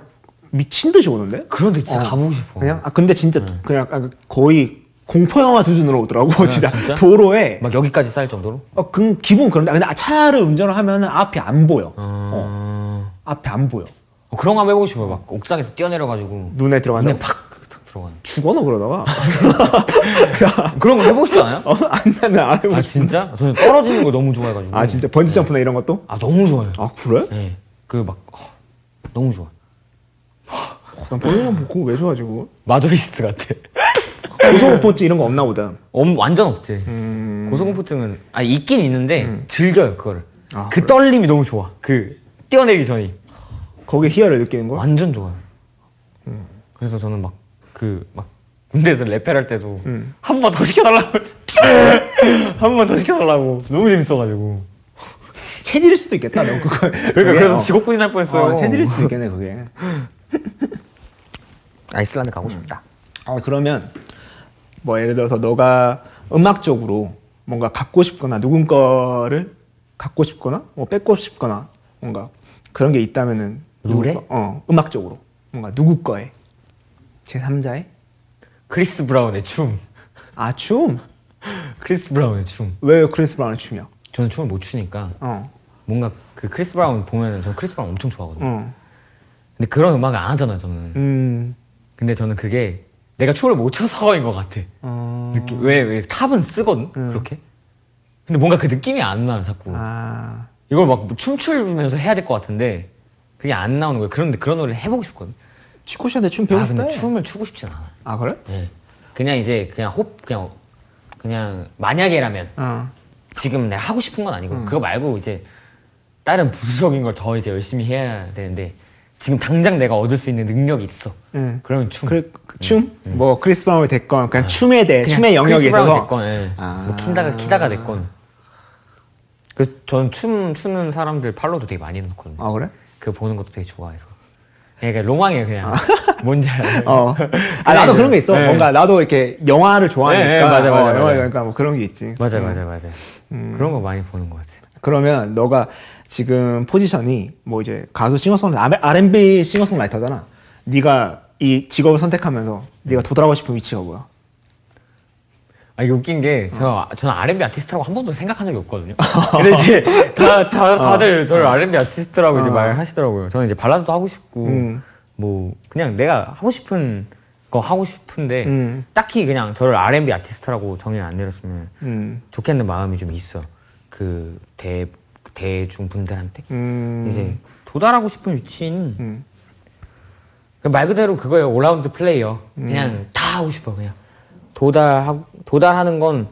[SPEAKER 4] 미친 듯이 오는데?
[SPEAKER 3] 그런데 진짜
[SPEAKER 4] 어.
[SPEAKER 3] 가보고 싶어. 네.
[SPEAKER 4] 그냥 아 근데 진짜 그냥 약간 거의 공포 영화 수준으로 오더라고 진짜,
[SPEAKER 3] 아, 진짜? 네.
[SPEAKER 4] 도로에
[SPEAKER 3] 막 여기까지 쌓일 정도로?
[SPEAKER 4] 어, 그 기분 그런데 근데 차를 운전을 하면 은 앞이 안 보여 어,
[SPEAKER 3] 어.
[SPEAKER 4] 앞이 안 보여
[SPEAKER 3] 어, 그런 거 한번 해보고 싶어요. 막 옥상에서 뛰어내려가지고
[SPEAKER 4] 눈에 들어간다
[SPEAKER 3] 눈에 팍 들어가는. 아,
[SPEAKER 4] 죽어 너 그러다가
[SPEAKER 3] 그런 거 해보고 싶지 않아요?
[SPEAKER 4] 어? 안나안 해보고
[SPEAKER 3] 아 진짜? 저는 떨어지는 거 너무 좋아해가지고.
[SPEAKER 4] 아 진짜 번지점프나 이런 것도?
[SPEAKER 3] 아 너무 좋아요.
[SPEAKER 4] 아 그래?
[SPEAKER 3] 네. 그막 너무 좋아.
[SPEAKER 4] 어, 난 번지점프
[SPEAKER 3] 네.
[SPEAKER 4] 보고 왜 좋아하지 그거?
[SPEAKER 3] 마조리스트 같아.
[SPEAKER 4] 고소공포증 이런 거 없나 보다
[SPEAKER 3] 엄, 완전 없지.
[SPEAKER 4] 음...
[SPEAKER 3] 고소공포증은 아 있긴 있는데 즐겨요 그거를.
[SPEAKER 4] 아,
[SPEAKER 3] 그 떨림이 너무 좋아. 그 뛰어내기 전이.
[SPEAKER 4] 거기에 희열을 느끼는 거야?
[SPEAKER 3] 완전 좋아요.
[SPEAKER 4] 음.
[SPEAKER 3] 그래서 저는 막 그, 막 군대에서 랩할 때도
[SPEAKER 4] 음.
[SPEAKER 3] 한 번만 더 시켜달라고. 한 번만 더 시켜달라고. 너무 재밌어가지고.
[SPEAKER 4] 체질일 수도 있겠다. 너 그거.
[SPEAKER 3] 그러니까 그래서 직업군인 할 뻔했어요.
[SPEAKER 4] 어, 체질일 수도 있겠네 그게.
[SPEAKER 3] 아이슬란드 가고 싶다.
[SPEAKER 4] 아 그러면 뭐 예를 들어서 너가 음악적으로 뭔가 갖고 싶거나 누군 거를 갖고 싶거나 뭐 뺏고 싶거나 뭔가 그런 게 있다면은 누구
[SPEAKER 3] 노래?
[SPEAKER 4] 거- 어 음악적으로 뭔가 누구 거에 제 3자의
[SPEAKER 3] 크리스 브라운의 춤.
[SPEAKER 4] 아춤
[SPEAKER 3] 크리스 브라운의 춤.
[SPEAKER 4] 왜 크리스 브라운의 춤이야?
[SPEAKER 3] 저는 춤을 못 추니까
[SPEAKER 4] 어,
[SPEAKER 3] 뭔가 그 크리스 브라운 보면은 저는 크리스 브라운 엄청 좋아하거든요.
[SPEAKER 4] 어,
[SPEAKER 3] 근데 그런 음악을 안 하잖아요, 저는.
[SPEAKER 4] 음,
[SPEAKER 3] 근데 저는 그게 내가 춤을 못 춰서인 것 같아.
[SPEAKER 4] 어,
[SPEAKER 3] 느낌. 왜, 왜 탑은 쓰거든,
[SPEAKER 4] 음.
[SPEAKER 3] 그렇게. 근데 뭔가 그 느낌이 안 나요, 자꾸.
[SPEAKER 4] 아,
[SPEAKER 3] 이걸 막 춤추면서 해야 될 것 같은데 그게 안 나오는 거예요. 그런데 그런 노래를 해보고 싶거든.
[SPEAKER 4] 치코시한테 춤
[SPEAKER 3] 아
[SPEAKER 4] 배우고
[SPEAKER 3] 근데
[SPEAKER 4] 싶다.
[SPEAKER 3] 춤을 추고 싶진 않아.
[SPEAKER 4] 아 그래?
[SPEAKER 3] 네. 그냥 이제 그냥 홉 그냥 그냥 만약에라면
[SPEAKER 4] 어,
[SPEAKER 3] 지금 내가 하고 싶은 건 아니고
[SPEAKER 4] 음.
[SPEAKER 3] 그거 말고 이제 다른 부수적인 걸 더 이제 열심히 해야 되는데 지금 당장 내가 얻을 수 있는 능력이 있어.
[SPEAKER 4] 응.
[SPEAKER 3] 그러면 춤.
[SPEAKER 4] 음. 그래 그 춤?
[SPEAKER 3] 네,
[SPEAKER 4] 뭐 크리스 브라운이 됐건 그냥 춤에 대해 춤의 영역에 있어서
[SPEAKER 3] 됐건, 예.
[SPEAKER 4] 아.
[SPEAKER 3] 뭐 킨다가 키다가 됐건. 그 저는 춤 추는 사람들 팔로도 되게 많이 넣거든요.
[SPEAKER 4] 아 그래?
[SPEAKER 3] 그거 보는 것도 되게 좋아해서. 그러니까 로망이에요 그냥. 뭔지 알아요.
[SPEAKER 4] 아. 어. 아 나도 그런 게 있어.
[SPEAKER 3] 네.
[SPEAKER 4] 뭔가 나도 이렇게 영화를 좋아하니까.
[SPEAKER 3] 네, 네, 맞아, 맞아,
[SPEAKER 4] 어, 영화
[SPEAKER 3] 맞아.
[SPEAKER 4] 그러니까 뭐 그런 게 있지.
[SPEAKER 3] 맞아
[SPEAKER 4] 음.
[SPEAKER 3] 맞아 맞아. 그런 거 많이 보는 것 같아.
[SPEAKER 4] 그러면 너가 지금 포지션이 뭐 이제 가수 싱어송라이터 아, R&B 싱어송라이터잖아. 네가 이 직업을 선택하면서 네가 도달하고 싶은 위치가 뭐야?
[SPEAKER 3] 아 이게 웃긴 게
[SPEAKER 4] 어.
[SPEAKER 3] 제가 저는 R&B 아티스트라고 한 번도 생각한 적이 없거든요. 근데 이제 다, 다 다들 저를 R&B 아티스트라고 이제
[SPEAKER 4] 어.
[SPEAKER 3] 말하시더라고요. 저는 이제 발라드도 하고 싶고
[SPEAKER 4] 음.
[SPEAKER 3] 뭐 그냥 내가 하고 싶은 거 하고 싶은데
[SPEAKER 4] 음.
[SPEAKER 3] 딱히 그냥 저를 R&B 아티스트라고 정의를 안 내렸으면
[SPEAKER 4] 음.
[SPEAKER 3] 좋겠는 마음이 좀 있어. 그 대 대중 분들한테
[SPEAKER 4] 음.
[SPEAKER 3] 이제 도달하고 싶은 위치는
[SPEAKER 4] 음.
[SPEAKER 3] 그말 그대로 그거예요. 올라운드 플레이어.
[SPEAKER 4] 음.
[SPEAKER 3] 그냥 다 하고 싶어 그냥. 도달하고 도달하는 건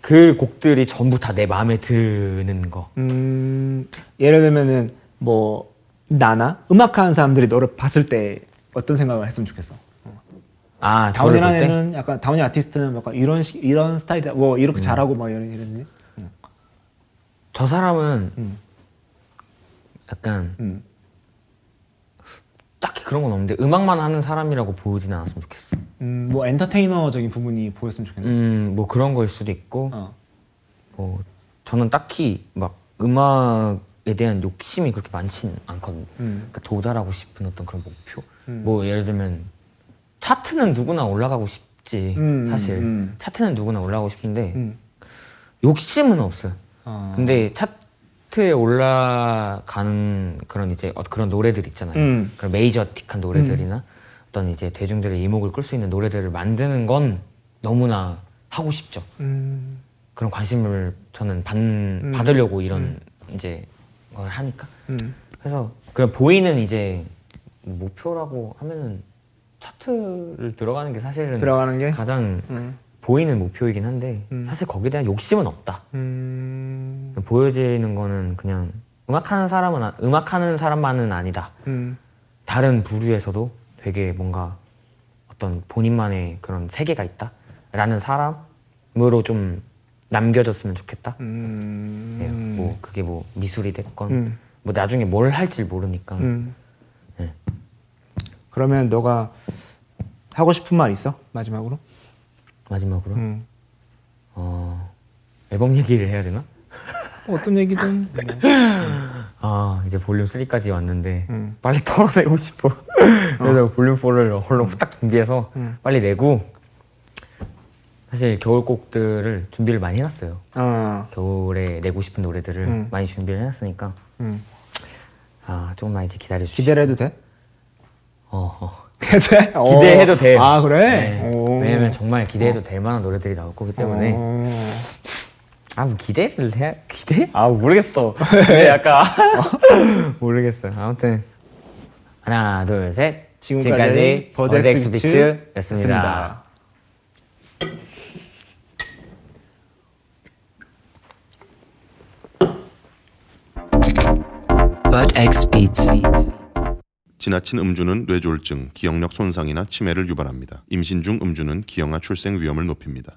[SPEAKER 3] 그 곡들이 전부 다 내 마음에 드는 거.
[SPEAKER 4] 음. 예를 들면은 뭐 나나 음악하는 사람들이 너를 봤을 때 어떤 생각을 했으면 좋겠어?
[SPEAKER 3] 아, 저를 볼 때?
[SPEAKER 4] 다운이라는 약간 다운이 아티스트는 뭐 약간 이런 식 이런 스타일이다. 뭐 이렇게
[SPEAKER 3] 음.
[SPEAKER 4] 잘하고 막 이런 이런지.
[SPEAKER 3] 저 사람은
[SPEAKER 4] 음.
[SPEAKER 3] 약간
[SPEAKER 4] 음.
[SPEAKER 3] 딱히 그런 건 없는데 음악만 하는 사람이라고 보이진 않았으면 좋겠어.
[SPEAKER 4] 음, 뭐 엔터테이너적인 부분이 보였으면 좋겠네.
[SPEAKER 3] 음, 뭐 그런 거일 수도 있고
[SPEAKER 4] 어.
[SPEAKER 3] 뭐 저는 딱히 막 음악에 대한 욕심이 그렇게 많진 않거든요.
[SPEAKER 4] 음.
[SPEAKER 3] 그러니까 도달하고 싶은 어떤 그런 목표.
[SPEAKER 4] 음.
[SPEAKER 3] 뭐 예를 들면 차트는 누구나 올라가고 싶지
[SPEAKER 4] 음,
[SPEAKER 3] 사실
[SPEAKER 4] 음.
[SPEAKER 3] 차트는 누구나 올라가고 싶은데
[SPEAKER 4] 음.
[SPEAKER 3] 욕심은 없어요.
[SPEAKER 4] 어.
[SPEAKER 3] 근데 차트에 올라가는 그런 이제 어- 그런 노래들 있잖아요.
[SPEAKER 4] 음.
[SPEAKER 3] 그런 메이저틱한 노래들이나 어떤 이제 대중들의 이목을 끌 수 있는 노래들을 만드는 건 너무나 하고 싶죠.
[SPEAKER 4] 음.
[SPEAKER 3] 그런 관심을 저는 받, 받으려고 이런 이제 걸 하니까
[SPEAKER 4] 음.
[SPEAKER 3] 그래서 그냥 보이는 이제 목표라고 하면은 차트를 들어가는 게 사실은
[SPEAKER 4] 들어가는 게.
[SPEAKER 3] 가장
[SPEAKER 4] 음.
[SPEAKER 3] 보이는 목표이긴 한데
[SPEAKER 4] 음.
[SPEAKER 3] 사실 거기에 대한 욕심은 없다.
[SPEAKER 4] 음.
[SPEAKER 3] 그냥 보여지는 거는 그냥 음악하는 사람은 아- 음악하는 사람만은 아니다.
[SPEAKER 4] 음.
[SPEAKER 3] 다른 부류에서도 되게 뭔가 어떤 본인만의 그런 세계가 있다라는 사람으로 좀 남겨졌으면 좋겠다.
[SPEAKER 4] 음.
[SPEAKER 3] 예, 뭐 그게 뭐 미술이 됐건
[SPEAKER 4] 음.
[SPEAKER 3] 뭐 나중에 뭘 할지 모르니까
[SPEAKER 4] 음.
[SPEAKER 3] 예.
[SPEAKER 4] 그러면 너가 하고 싶은 말 있어? 마지막으로?
[SPEAKER 3] 마지막으로
[SPEAKER 4] 음.
[SPEAKER 3] 어, 앨범 얘기를 해야 되나?
[SPEAKER 4] 어떤 얘기든.
[SPEAKER 3] 아 이제 볼륨 3까지 왔는데
[SPEAKER 4] 음.
[SPEAKER 3] 빨리 털어내고 싶어 그래서 볼륨 4를 홀로 후딱 준비해서
[SPEAKER 4] 음.
[SPEAKER 3] 빨리 내고 사실 겨울 곡들을 준비를 많이 해놨어요
[SPEAKER 4] 어.
[SPEAKER 3] 겨울에 내고 싶은 노래들을
[SPEAKER 4] 음.
[SPEAKER 3] 많이 준비를 해놨으니까
[SPEAKER 4] 음.
[SPEAKER 3] 아 조금만 이제 기다려주시죠
[SPEAKER 4] 기대를 해도 돼?
[SPEAKER 3] 어, 어.
[SPEAKER 4] 기대?
[SPEAKER 3] 기대해도 돼
[SPEAKER 4] 아 그래?
[SPEAKER 3] 네.
[SPEAKER 4] 오.
[SPEAKER 3] 왜냐면 정말 기대해도 될 만한 노래들이 나올 거기 때문에
[SPEAKER 4] 어.
[SPEAKER 3] 아, 뭐 기대를 해? 기대? 아, 모르겠어. 근데 약간 모르겠어요. 아무튼 하나, 둘, 셋.
[SPEAKER 4] 지금까지 버덱스 비츠였습니다.
[SPEAKER 3] 비츠였습니다.
[SPEAKER 6] Bud X Beats.
[SPEAKER 2] 지나친 음주는 뇌졸중, 기억력 손상이나 치매를 유발합니다. 임신 중 음주는 기형아 출생 위험을 높입니다.